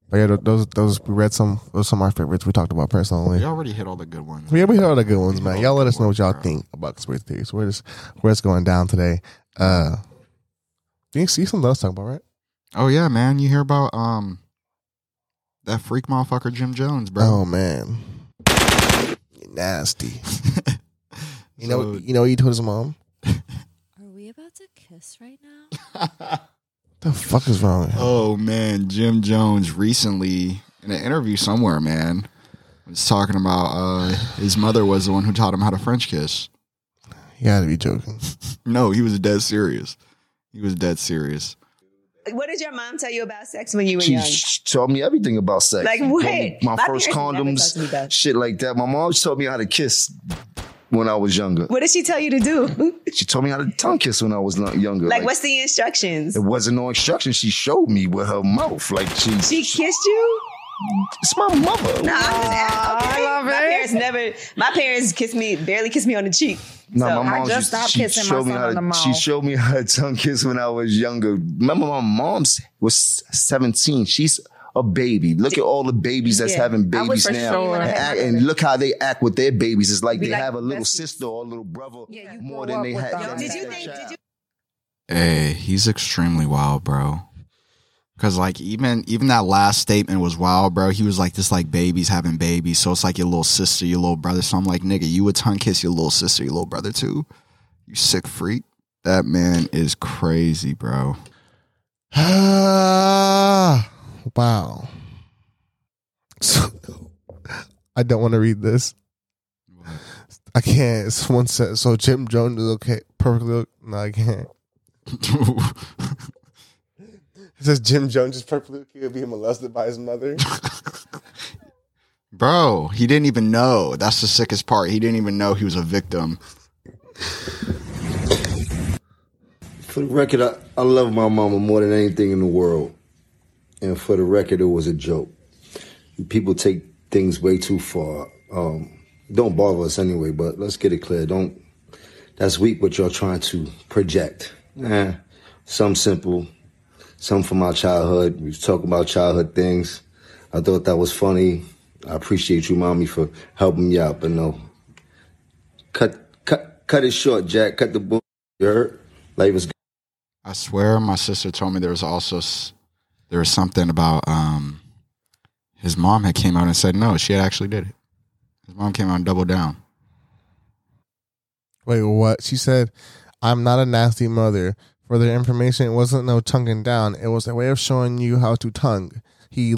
Speaker 1: But yeah, tho- those those we read some those some of our favorites we talked about personally.
Speaker 2: We already hit all the good ones.
Speaker 1: Yeah, we had all the good ones,
Speaker 2: We
Speaker 1: man.
Speaker 2: hit
Speaker 1: Y'all
Speaker 2: all the
Speaker 1: let us
Speaker 2: good
Speaker 1: know what
Speaker 2: ones,
Speaker 1: y'all
Speaker 2: bro.
Speaker 1: think about conspiracy theories. Where it's where it's going down today. Uh, do you see something else to talk about, right?
Speaker 2: Oh yeah, man. You hear about um that freak motherfucker Jim Jones, bro?
Speaker 1: Oh man, You're
Speaker 2: [laughs]
Speaker 1: nasty. You know,
Speaker 2: So-
Speaker 1: you know, what he told his mom.
Speaker 9: Are we about to kiss right now?
Speaker 1: The fuck is wrong? With him?
Speaker 2: Oh man, Jim Jones recently in an interview somewhere, man, was talking about uh, his mother was the one who taught him how to French kiss.
Speaker 1: You gotta be joking.
Speaker 2: No, he was dead serious. He was dead serious.
Speaker 10: What did your mom tell you about sex when you were
Speaker 8: She
Speaker 10: young?
Speaker 8: sh- told me everything about sex.
Speaker 10: Like
Speaker 8: Told
Speaker 10: what?
Speaker 8: me My, first
Speaker 10: parents never
Speaker 8: condoms,
Speaker 10: taught me that.
Speaker 8: shit like that. My mom always told me how to kiss when I was younger.
Speaker 10: What did she tell you to do? [laughs]
Speaker 8: She told me how to tongue kiss when I was lo- younger.
Speaker 10: like, what's the instructions?
Speaker 8: It wasn't no instruction. She showed me with her mouth. Like she,
Speaker 10: She kissed you?
Speaker 8: it's my mother. No,
Speaker 10: No, I'm just asking. Okay. my parents never. My parents kissed me, barely kissed me on the cheek. so
Speaker 8: my mom
Speaker 10: I
Speaker 8: just
Speaker 10: just
Speaker 8: stopped kissing
Speaker 9: my
Speaker 8: showed me
Speaker 9: son
Speaker 8: how
Speaker 9: on
Speaker 8: to,
Speaker 9: the
Speaker 8: She
Speaker 9: mouth.
Speaker 8: showed me [laughs] how to tongue kiss when I was younger. Remember, my mom's was seventeen. She's a baby. Look at all the babies that's
Speaker 10: Yeah.
Speaker 8: having
Speaker 9: I was
Speaker 8: babies
Speaker 9: for
Speaker 8: now,
Speaker 9: sure.
Speaker 8: and, act, and look how they act with their babies. It's like
Speaker 9: Be
Speaker 8: they
Speaker 9: like
Speaker 8: have a little
Speaker 9: besties.
Speaker 8: sister or a little brother
Speaker 9: Yeah, you
Speaker 8: more
Speaker 9: grew
Speaker 8: than
Speaker 9: up
Speaker 8: they
Speaker 9: with
Speaker 8: had.
Speaker 9: them.
Speaker 8: than
Speaker 10: Did
Speaker 8: they
Speaker 10: you
Speaker 8: had
Speaker 10: think?
Speaker 8: child.
Speaker 10: Did you?
Speaker 2: Hey, he's extremely wild, bro. Cause like even even that last statement was wild, bro. He was like this like babies having babies, so it's like your little sister, your little brother. So I'm like, nigga, you would tongue kiss your little sister, your little brother too. You sick freak. That man is crazy, bro. [laughs]
Speaker 1: Ah, wow. So, [laughs] I don't want to read this. I can't. Someone said so. Jim Jones is okay, perfectly. o- No, I can't. It says Jim Jones is perfectly okay with being molested by his mother.
Speaker 2: bro, he didn't even know. That's the sickest part. He didn't even know he was a victim.
Speaker 11: For the record, I, I love my mama more than anything in the world. And for the record, it was a joke. People take things way too far. Um, don't bother us anyway, but let's get it clear. Don't. That's weak what y'all trying to project. Eh, some simple, some from my childhood. We was talking about childhood things. I thought that was funny. I appreciate you, mommy, for helping me out, but no. Cut, cut, cut it short, Jack. Cut the bull. You heard? Life is
Speaker 2: I swear, my sister told me there was also s- there was something about um his mom had came out and said no, she had actually did it. His mom came out and doubled down.
Speaker 1: Wait, what? She said, "I'm not a nasty mother." For their information, it wasn't no tonguing down. It was a way of showing you how to tongue. He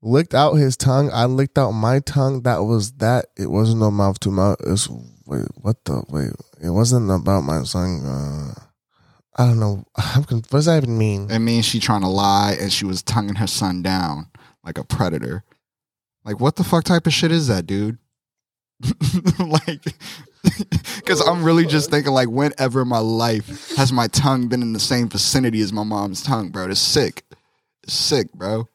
Speaker 1: licked out his tongue. I licked out my tongue. That was that. It wasn't no mouth to mouth. It's wait, what the wait? It wasn't about my tongue. Uh, I don't know. [laughs] I'm conf- what does that even mean? [laughs]
Speaker 2: It means she trying to lie and she was tonguing her son down like a predator. Like what the fuck type of shit is that, dude? [laughs] like [laughs] cuz I'm really just thinking like whenever in my life has my tongue been in the same vicinity as my mom's tongue, bro? It's sick. It's sick,
Speaker 1: [sighs]
Speaker 2: bro.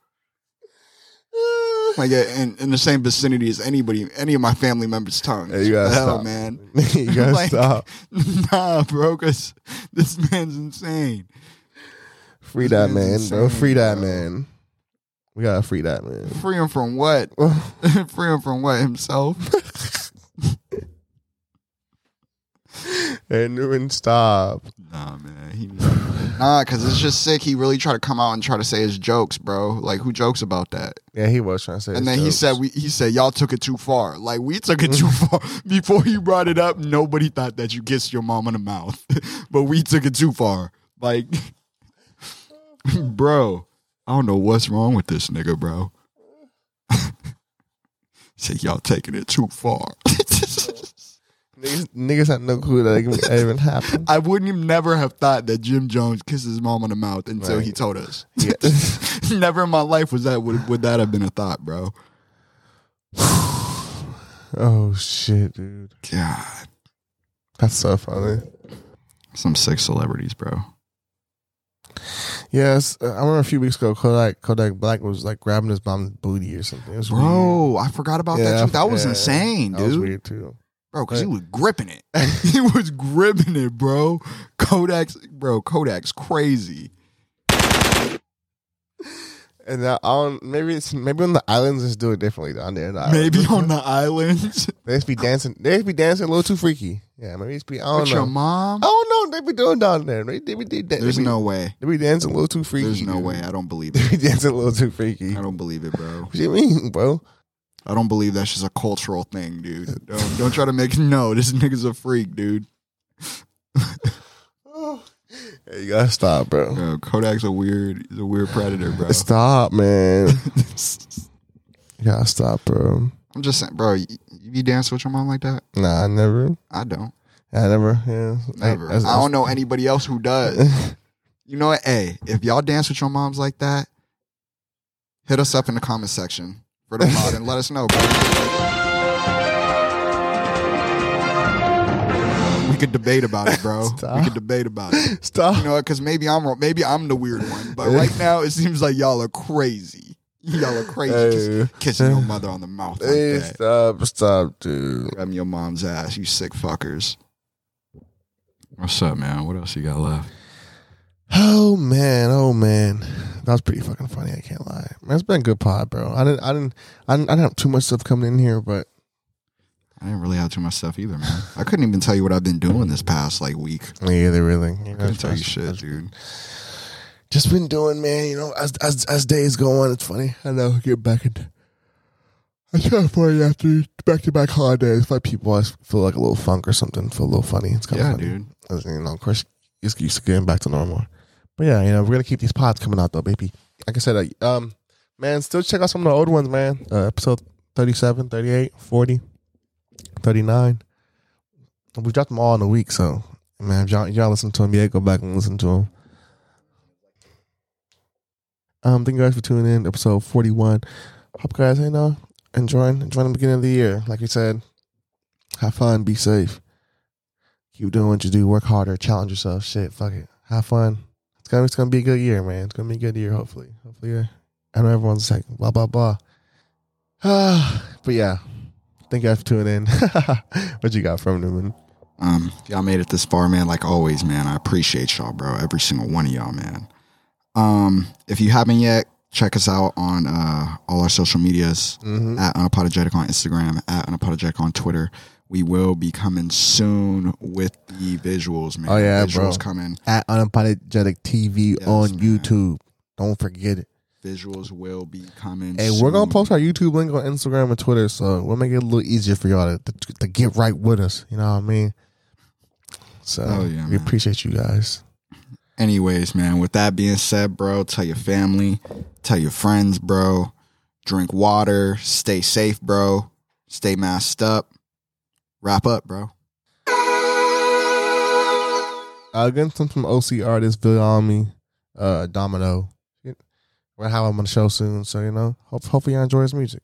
Speaker 2: Like uh, in, in the same vicinity as anybody, any of my family members' tongue.
Speaker 1: Hey, you gotta
Speaker 2: Hell,
Speaker 1: stop,
Speaker 2: man.
Speaker 1: you gotta
Speaker 2: [laughs] Like-
Speaker 1: stop.
Speaker 2: Nah, bro, cause this man's insane.
Speaker 1: Free that
Speaker 2: This
Speaker 1: man,
Speaker 2: man's
Speaker 1: bro.
Speaker 2: insane,
Speaker 1: Free that
Speaker 2: bro.
Speaker 1: man. We gotta free that man.
Speaker 2: Free him from what? [laughs] Free him from
Speaker 1: [laughs]
Speaker 2: what? Himself?
Speaker 1: and Newman, stop.
Speaker 2: Nah, man. He nah, because it's just sick. He really tried to come out and try to say his jokes, bro. Like, who jokes about that?
Speaker 1: Yeah, he was trying to say.
Speaker 2: and
Speaker 1: his
Speaker 2: then he
Speaker 1: jokes.
Speaker 2: said, "We." He said, "Y'all took it too far. Like, we took
Speaker 1: [laughs]
Speaker 2: it too far. Before you brought it up, nobody thought that you kissed your mom in the mouth, [laughs] but we took it too far. Like, [laughs] bro, I don't know what's wrong with this nigga, bro. [laughs] Say y'all taking it too far." [laughs]
Speaker 1: Niggas, niggas had no clue that it even- that even
Speaker 2: [laughs]
Speaker 1: happened.
Speaker 2: I wouldn't even never have thought that Jim Jones kissed his mom on the mouth until he
Speaker 1: Right.
Speaker 2: told us. [laughs]
Speaker 1: Yeah.
Speaker 2: never in my life was that would, would that have been a thought, bro.
Speaker 1: Oh shit, dude.
Speaker 2: God.
Speaker 1: That's so funny.
Speaker 2: Some sick celebrities, bro.
Speaker 1: Yes, uh, I remember a few weeks ago, Kodak Kodak Black was like grabbing his mom's booty or something. It was
Speaker 2: Bro,
Speaker 1: weird.
Speaker 2: I forgot about that too. That was insane,
Speaker 1: That was
Speaker 2: dude.
Speaker 1: weird too.
Speaker 2: Bro, because he
Speaker 1: But-
Speaker 2: was gripping it. [laughs] he was gripping it, bro. Kodak's bro, Kodak's crazy.
Speaker 1: And that, I don't, maybe it's maybe on the islands just do it differently down there. in the
Speaker 2: Maybe
Speaker 1: islands.
Speaker 2: on the islands.
Speaker 1: they just be dancing. They just be dancing a little too freaky. Yeah, maybe it's be I don't
Speaker 2: With
Speaker 1: know.
Speaker 2: your mom?
Speaker 1: I don't know. They be doing down there. They, they, be- they, they,
Speaker 2: There's
Speaker 1: be,
Speaker 2: no way.
Speaker 1: They be dancing a little too freaky.
Speaker 2: There's no
Speaker 1: dude.
Speaker 2: way. I don't believe
Speaker 1: [laughs] They
Speaker 2: it.
Speaker 1: be dancing a little too freaky.
Speaker 2: I
Speaker 1: What
Speaker 2: don't believe it, bro.
Speaker 1: you mean, bro?
Speaker 2: I don't believe that's just a cultural thing, dude. Don't, don't try to make [laughs] no. This nigga's a freak, dude.
Speaker 1: Hey, you gotta stop, bro.
Speaker 2: Bro, Kodak's a weird, he's a weird predator, bro.
Speaker 1: Stop, man. you gotta stop, bro.
Speaker 2: [laughs] I'm just saying, bro. You, you dance with your mom like that?
Speaker 1: Nah, I never.
Speaker 2: I don't.
Speaker 1: I never. Yeah,
Speaker 2: Never. I,
Speaker 1: that's-
Speaker 2: don't know anybody else
Speaker 1: [laughs]
Speaker 2: who does. you know what? Hey, if y'all dance with your moms like that, hit us up in the comment section for the pod and let us know, bro. We could debate about it, bro. We
Speaker 1: Stop.
Speaker 2: could debate about it.
Speaker 1: Stop.
Speaker 2: You know what? Because maybe I'm wrong. Maybe I'm the weird one. But right
Speaker 1: [laughs]
Speaker 2: now, it seems like y'all are crazy. Y'all are crazy.
Speaker 1: Hey.
Speaker 2: Kiss- kissing your mother on the mouth like
Speaker 1: Hey,
Speaker 2: that.
Speaker 1: stop, stop, dude.
Speaker 2: Grabbing your mom's ass, you sick fuckers. What's up, man? What else you got left?
Speaker 1: Oh man, oh man, that was pretty fucking funny. I can't lie. Man, it's been a good pod, bro. I didn't, I didn't, I didn't, I didn't have too much stuff coming in here, but
Speaker 2: I didn't really have too much stuff either, man. I couldn't even tell you what I've been doing this past like week.
Speaker 1: yeah, they really.
Speaker 2: I couldn't tell you shit, dude.
Speaker 1: Just been doing, man. You know, as as as days go on, it's funny. I know. Get back in. I try to play after back to back holidays. Five people, I feel like a little funk or something. Feel a little funny. It's kind of
Speaker 2: Yeah,
Speaker 1: funny.
Speaker 2: dude.
Speaker 1: As You know, of course, it's used to getting back to normal. But yeah, you know, we're gonna keep these pods coming out though, baby. Like I said, like, um, man, still check out some of the old ones, man. Uh, episode 37, 38, 40, 39. We dropped them all in a week, so man, if y'all, y'all listen to them, yeah, go back and listen to them. Um, thank you guys for tuning in, to episode 41. Hope you guys, you know, enjoying, enjoying the beginning of the year. Like we said, have fun, be safe keep doing what you do, work harder, challenge yourself. Shit, fuck it. Have fun. It's gonna it's gonna be a good year, man. It's gonna be a good year, hopefully. Hopefully, yeah. I know everyone's like blah blah blah. [sighs] but yeah. Thank you guys for tuning in. [laughs] what you got from Newman?
Speaker 2: Um, if y'all made it this far, man. Like always, man. I appreciate y'all, bro. Every single one of y'all, man. Um, if you haven't yet, check us out on uh, all our social medias
Speaker 1: Mm-hmm.
Speaker 2: at unapologetic on Instagram, at unapologetic on Twitter. We will be coming soon with the visuals, man.
Speaker 1: Oh, yeah, bro.
Speaker 2: visuals coming.
Speaker 1: At Unapologetic TV
Speaker 2: Yes,
Speaker 1: on
Speaker 2: man.
Speaker 1: YouTube. Don't forget it.
Speaker 2: Visuals will be coming.
Speaker 1: Hey, we're gonna
Speaker 2: soon.
Speaker 1: post our YouTube link on Instagram and Twitter, so we'll make it a little easier for y'all to, to, to get right with us. You know what I mean? So
Speaker 2: Oh, yeah,
Speaker 1: we
Speaker 2: man.
Speaker 1: appreciate you guys.
Speaker 2: Anyways, man, with that being said, bro, tell your family, tell your friends, bro. Drink water, stay safe, bro. Stay masked up. Wrap up, bro.
Speaker 1: uh, getting some from OC artists, Bill Almy, uh, Domino. We're gonna have him on the show soon, so you know, hope, hopefully you all enjoy his music.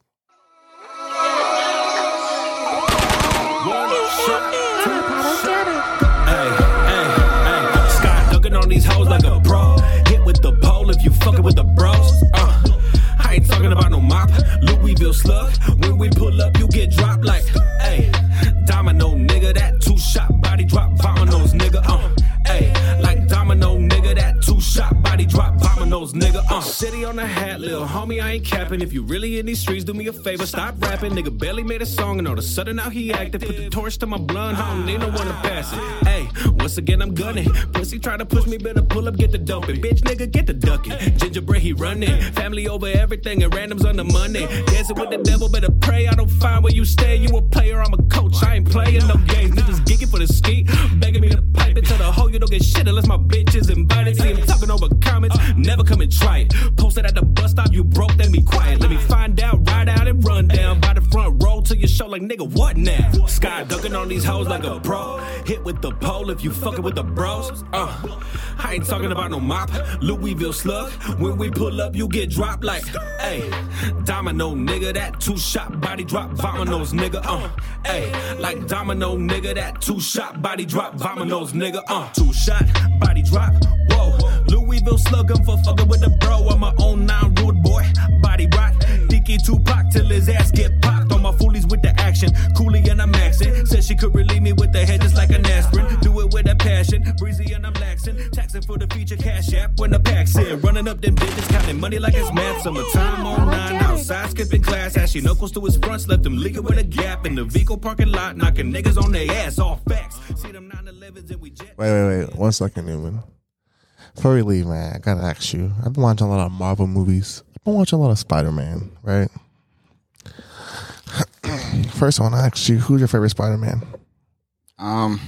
Speaker 5: Ay, ay, ay. Scott looking on these hoes like a pro. Hit with the pole if you fucking with the bros. Uh, I ain't talking about no mop. Louisville slug. When we pull up, you get dropped like, hey, domino nigga. That two shot body drop vominos nigga. Uh, hey, like domino nigga. That two shot body drop vominos nigga. Uh, city on the hat, lil homie. I ain't capping. If you really in these streets, do me a favor, stop rapping. Nigga barely made a song and all of a sudden now he acting. Put the torch to my blunt. I don't need no one to pass it. Hey, once again I'm gunning. Pussy try to push me, better pull up, get the dumping. Bitch, nigga, get the ducking. Gingerbread, he running. Family over everything and randoms on the money. Dancing with the devil, better pray. I don't find where you stay. You a player, I'm a coach. I ain't playing no games. Niggas geeking for the ski, begging me to pipe it. Tell the hoe you don't get shit unless my bitch is invited. See him talking over comments, never come and try it. Posted at the bus stop, you broke, then be quiet. Let me find out, ride out and run down by the front row till your show like nigga, what now? Sky ducking on these hoes like a pro. Hit with the pole if you fucking with the bros. Uh, I ain't talking about no mop, Louisville slug. When we pull up, you get dropped like, hey, domino nigga, that two shot body drop vominos nigga. Uh, hey, like domino nigga, that two shot body drop vominos nigga. Uh, two shot body drop. Whoa, Louisville slug him for fucking with the bro. I'm my own nine rude boy, body rock. Dicky Tupac till his ass get popped. On my foolies with the action, coolie and I'm maxing. Said she could relieve me with the head just like an aspirin. Do it with a passion, breezy and I'm laxing. Taxing for the feature cash app when the pack's in. Running up them bitches, counting money like it's mad. Summertime on nine, outside skipping class. Ashy knuckles to his fronts, left him leaking with a gap. In the vehicle parking lot, knocking niggas on their ass. All facts. See them
Speaker 1: Wait, wait, wait. One second, Newman. Before we leave, man, I gotta ask you. I've been watching a lot of Marvel movies. I've been watching a lot of Spider Man, right? [clears throat] First, I want to ask you, who's your favorite Spider Man?
Speaker 2: Um,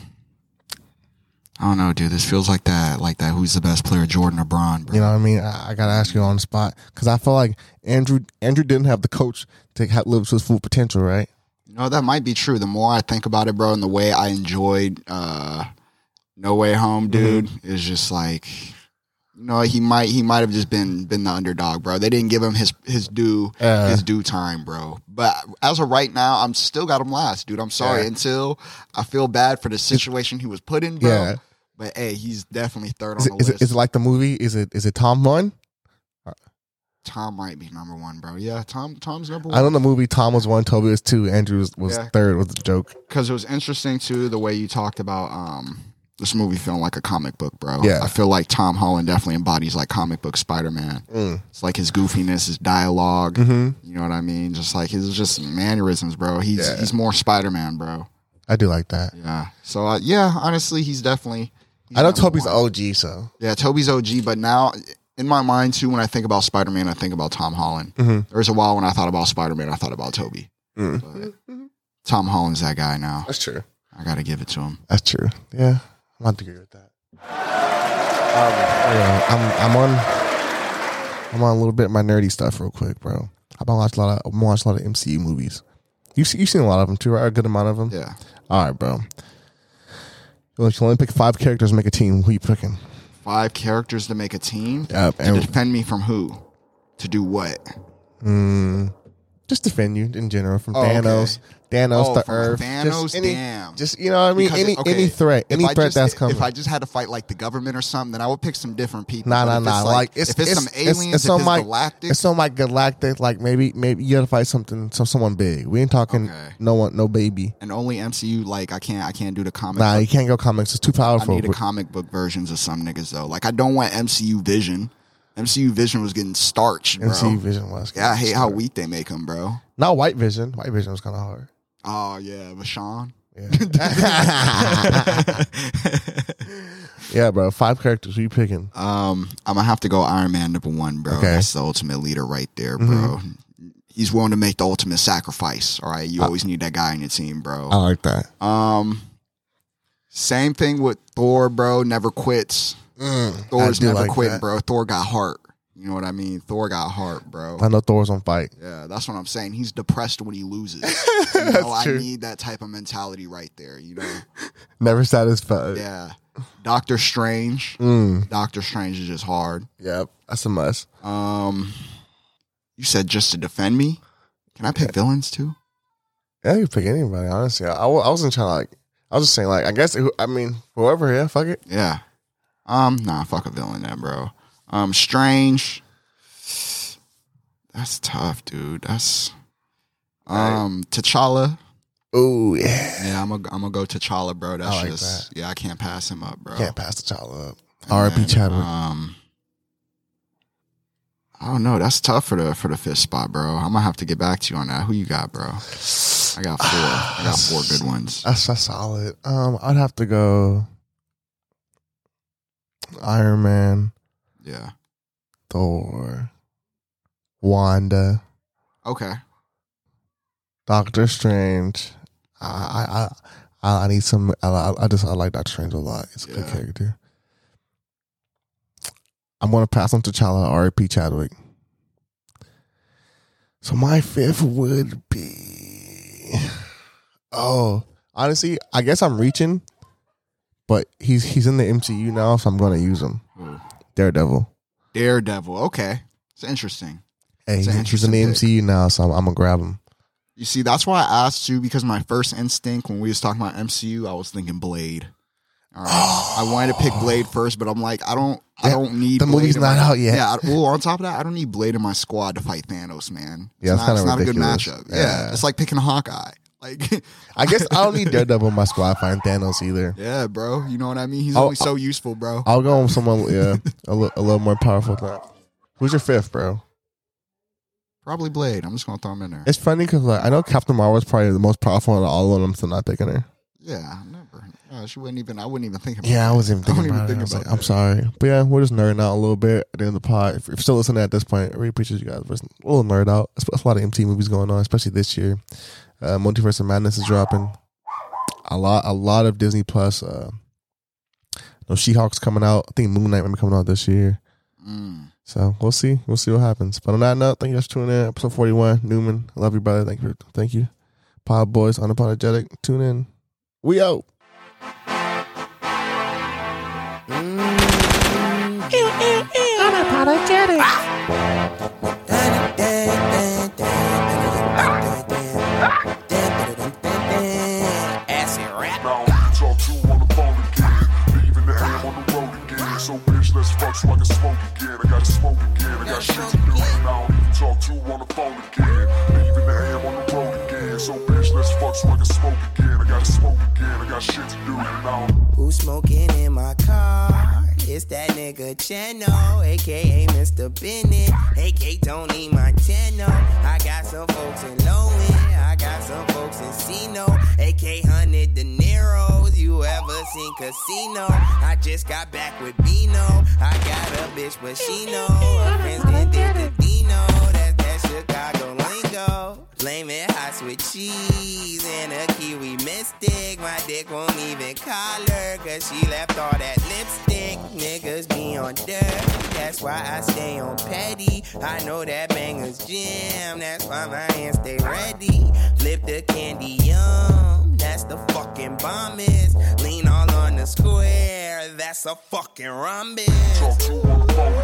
Speaker 2: I don't know, dude. This feels like that, like that. Who's the best player, Jordan or Bron?
Speaker 1: You know what I mean? I, I gotta ask you on the spot because I feel like Andrew Andrew didn't have the coach to ha- live to his full potential, right?
Speaker 2: No, that might be true. The more I think about it, bro, and the way I enjoyed uh, No Way
Speaker 1: Mm-hmm.
Speaker 2: Home, dude, is just like, you know, he might he might have just been been the underdog, bro. They didn't give him his his due
Speaker 1: Yeah.
Speaker 2: his due time, bro. But as of right now, I'm still got him last, dude. I'm sorry
Speaker 1: Yeah.
Speaker 2: until I feel bad for the situation he was put in, bro.
Speaker 1: Yeah.
Speaker 2: But hey, he's definitely third
Speaker 1: Is
Speaker 2: on
Speaker 1: it,
Speaker 2: the
Speaker 1: is,
Speaker 2: list.
Speaker 1: it, is it like the movie? Is it is it Tom one?
Speaker 2: Tom might be number one, bro. Yeah, Tom Tom's number one.
Speaker 1: I know the movie Tom was one, Toby was two, Andrew was, was
Speaker 2: Yeah.
Speaker 1: third. Was the joke?
Speaker 2: because it was interesting too the way you talked about um this movie feeling like a comic book, bro.
Speaker 1: Yeah.
Speaker 2: I feel like Tom Holland definitely embodies like comic book Spider Man.
Speaker 1: Mm.
Speaker 2: It's like his goofiness, his dialog
Speaker 1: Mhm.
Speaker 2: You know what I mean? Just like his just mannerisms, bro. He's
Speaker 1: Yeah.
Speaker 2: he's more Spider Man, bro.
Speaker 1: I do like that.
Speaker 2: Yeah. So uh, yeah, honestly, he's definitely. he's
Speaker 1: I know
Speaker 2: number
Speaker 1: Toby's
Speaker 2: one.
Speaker 1: OG, so
Speaker 2: Yeah, Toby's OG, but now in my mind too, when I think about Spider Man, I think about Tom Holland.
Speaker 1: Mhm.
Speaker 2: There was a while when I thought about Spider Man, I thought about Toby. But Tom Holland's that guy now.
Speaker 1: Mm. That's true.
Speaker 2: I gotta give it to him.
Speaker 1: That's true. Yeah, I'm on to agree with that. Um, yeah, I'm I'm on I'm on a little bit of my nerdy stuff real quick, bro. I've been watching a lot of I'm watching a lot of MCU movies. You've se- you've seen a lot of them too, right? A good amount of them.
Speaker 2: Yeah.
Speaker 1: All right, bro. You can only pick five characters to make a team. Who you picking?
Speaker 2: Five characters to make a team.
Speaker 1: Yep,
Speaker 2: to
Speaker 1: and-
Speaker 2: defend me from who? To do what?
Speaker 1: Mm, just defend you in general from
Speaker 2: Oh, okay.
Speaker 1: Thanos, Thanos
Speaker 2: Oh,
Speaker 1: to
Speaker 2: from
Speaker 1: Earth,
Speaker 2: Thanos,
Speaker 1: just any,
Speaker 2: damn.
Speaker 1: just you know what I mean.
Speaker 2: Because,
Speaker 1: any
Speaker 2: okay,
Speaker 1: any threat,
Speaker 2: if
Speaker 1: any
Speaker 2: I
Speaker 1: threat
Speaker 2: just-
Speaker 1: that's coming.
Speaker 2: If I just had to fight like the government or something, then I would pick some different people.
Speaker 1: Nah,
Speaker 2: But
Speaker 1: nah,
Speaker 2: if
Speaker 1: nah.
Speaker 2: It's
Speaker 1: Like, it's
Speaker 2: if it's, some aliens, if
Speaker 1: some
Speaker 2: it's
Speaker 1: like,
Speaker 2: galactic,
Speaker 1: It's some like galactic. Like maybe maybe you gotta fight something, some someone big. We ain't talking no one, no baby.
Speaker 2: and only MCU. Like I can't, I can't do the comic.
Speaker 1: Nah,
Speaker 2: book.
Speaker 1: you can't go comics. It's too
Speaker 2: I
Speaker 1: powerful.
Speaker 2: need a comic book versions of some niggas though. Like I don't want MCU Vision. MCU Vision was getting starched, bro.
Speaker 1: MCU Vision was
Speaker 2: Yeah, I hate
Speaker 1: getting
Speaker 2: how
Speaker 1: starched.
Speaker 2: weak they make him, bro.
Speaker 1: Not White Vision. White Vision was kind of hard.
Speaker 2: Oh yeah, Vashon.
Speaker 1: Yeah, bro. Five characters. Who you picking?
Speaker 2: um, I'm gonna have to go Iron Man number one, bro.
Speaker 1: Okay. Mm-hmm.
Speaker 2: That's the ultimate leader right there, bro. He's willing to make the ultimate sacrifice. All right, you
Speaker 1: Uh,
Speaker 2: always need that guy in your team, bro.
Speaker 1: I like that.
Speaker 2: Um, same thing with Thor, bro. Never quits.
Speaker 1: Mm,
Speaker 2: Thor's
Speaker 1: I do
Speaker 2: never
Speaker 1: like
Speaker 2: quit,
Speaker 1: that.
Speaker 2: bro. Thor got heart. You know what I mean? Thor got heart, bro.
Speaker 1: I know Thor's on fight.
Speaker 2: Yeah, that's what I'm saying. He's depressed when
Speaker 1: [laughs]
Speaker 2: he loses. You know, I
Speaker 1: true.
Speaker 2: need that type of mentality right there. You know,
Speaker 1: Never satisfied.
Speaker 2: yeah. Doctor Strange.
Speaker 1: Mm.
Speaker 2: Doctor Strange is just hard.
Speaker 1: Yep, that's a must.
Speaker 2: Um, you said just to defend me. Can I pick villains too?
Speaker 1: Yeah, you pick anybody. Honestly, I, I wa- I wasn't trying to like. I was just saying like. I guess. who- I mean, whoever. Yeah, fuck it.
Speaker 2: Yeah. Um, nah, fuck a villain then, bro. Um, Strange. That's tough, dude. That's um T'Challa.
Speaker 1: Oh yeah.
Speaker 2: Yeah, I'm gonna I'm gonna go T'Challa, bro. That's
Speaker 1: I like
Speaker 2: just yeah, I can't pass him up, bro.
Speaker 1: Can't pass the child up.
Speaker 2: And
Speaker 1: R.I.P.
Speaker 2: then,
Speaker 1: Chadwick.
Speaker 2: Um, I don't know. That's tough for the for the fifth spot, bro. I'm gonna have to get back to you on that. Who you got, bro? I got four. I got four
Speaker 1: [sighs]
Speaker 2: good ones.
Speaker 1: That's that's solid. Um, I'd have to go Iron Man,
Speaker 2: Yeah.
Speaker 1: Thor, Wanda,
Speaker 2: Okay.
Speaker 1: Doctor Strange. I I I, I need some. I- I, I just I like Doctor Strange a lot. It's a good
Speaker 2: Yeah.
Speaker 1: character. I'm gonna pass on T'Challa, R.I.P. Chadwick. So my fifth would be. [sighs] Oh, honestly, I guess I'm reaching, but he's he's in the MCU now, so I'm gonna use him.
Speaker 2: Who?
Speaker 1: Daredevil.
Speaker 2: Daredevil. Okay, it's interesting.
Speaker 1: Hey,
Speaker 2: It's an
Speaker 1: he's, he's in the
Speaker 2: interesting
Speaker 1: MCU now, so I'm, I'm gonna grab him.
Speaker 2: You see, that's why I asked you because my first instinct when we was talking about MCU, I was thinking Blade. All right. I wanted to pick Blade first, but I'm like, I don't, I
Speaker 1: Yeah,
Speaker 2: don't need
Speaker 1: the
Speaker 2: Blade
Speaker 1: movie's
Speaker 2: in my-
Speaker 1: not out yet.
Speaker 2: Yeah. I- Well, on top of that, I don't need Blade in my squad to fight Thanos, man. It's
Speaker 1: Yeah, it's
Speaker 2: not,
Speaker 1: kinda
Speaker 2: it's not a good
Speaker 1: ridiculous.
Speaker 2: matchup. Yeah.
Speaker 1: Yeah.
Speaker 2: it's like picking Hawkeye. Like,
Speaker 1: [laughs] I guess I
Speaker 2: [laughs]
Speaker 1: don't need Daredevil in my squad find Thanos either.
Speaker 2: yeah, bro. You know what I mean? He's
Speaker 1: I'll-
Speaker 2: only so useful, bro.
Speaker 1: I'll go with someone, yeah, a little a little more powerful. Than that. Who's your fifth, bro?
Speaker 2: Probably Blade. I'm just gonna throw him in there.
Speaker 1: It's funny because like I know Captain Marvel's probably the most powerful out of all of them, so I'm not picking her.
Speaker 2: Yeah, never. No, she wouldn't even. I wouldn't even think about.
Speaker 1: Yeah, I wasn't even
Speaker 2: that.
Speaker 1: thinking
Speaker 2: [laughs] I
Speaker 1: about
Speaker 2: wouldn't
Speaker 1: it. I was
Speaker 2: even
Speaker 1: like,
Speaker 2: think
Speaker 1: I'm sorry, but yeah, we're just nerding out a little bit at the end of the pod. If, if you're still listening at this point, I really appreciate you guys. We're just a little nerd out. It's, it's a lot of MT movies going on, especially this year. Uh, Multiverse of Madness is dropping. A lot, a lot of Disney Plus. Uh, no, She-Hulk's coming out. I think Moon Knight might be coming out this year. Mm. So we'll see. We'll see what happens. But on that note, thank you guys for tuning in. Episode 41. Newman, I love you, brother. Thank you. Thank you. Pod Boys, unapologetic. Tune in. We out.
Speaker 3: Ew, ew, ew. Unapologetic.
Speaker 12: Acid rap. Now bitch, y'all two on the phone again. Leaving the ham on the road again. So bitch, let's fuck so I can smoke again. I gotta smoke again. I got shit to do. Now bitch, y'all two on the phone again. Leaving the ham on the road again. So bitch, let's fuck so I can smoke again. I gotta smoke again. I got shit to do. Now
Speaker 13: Who's smoking in my car? It's that nigga Chano, aka Mr. Bennett, aka Tony Montano. I got some folks in low end, I got some folks in Sino, aka Hundred De Niro's. You ever seen Casino? I just got back with Bino. I got a bitch, but she know her friends did the Dino. That's that Chicago lingo. Blame it hot with cheese and a kiwi mystic. My dick won't even call her, cause she left all that lipstick. Niggas be on dirt, that's why I stay on petty. I know that banger's jam, that's why my hands stay ready. Flip the candy yum, that's the fucking bomb is. Lean all on the square, that's a fucking rhombus.
Speaker 12: bitch, y'all two on the phone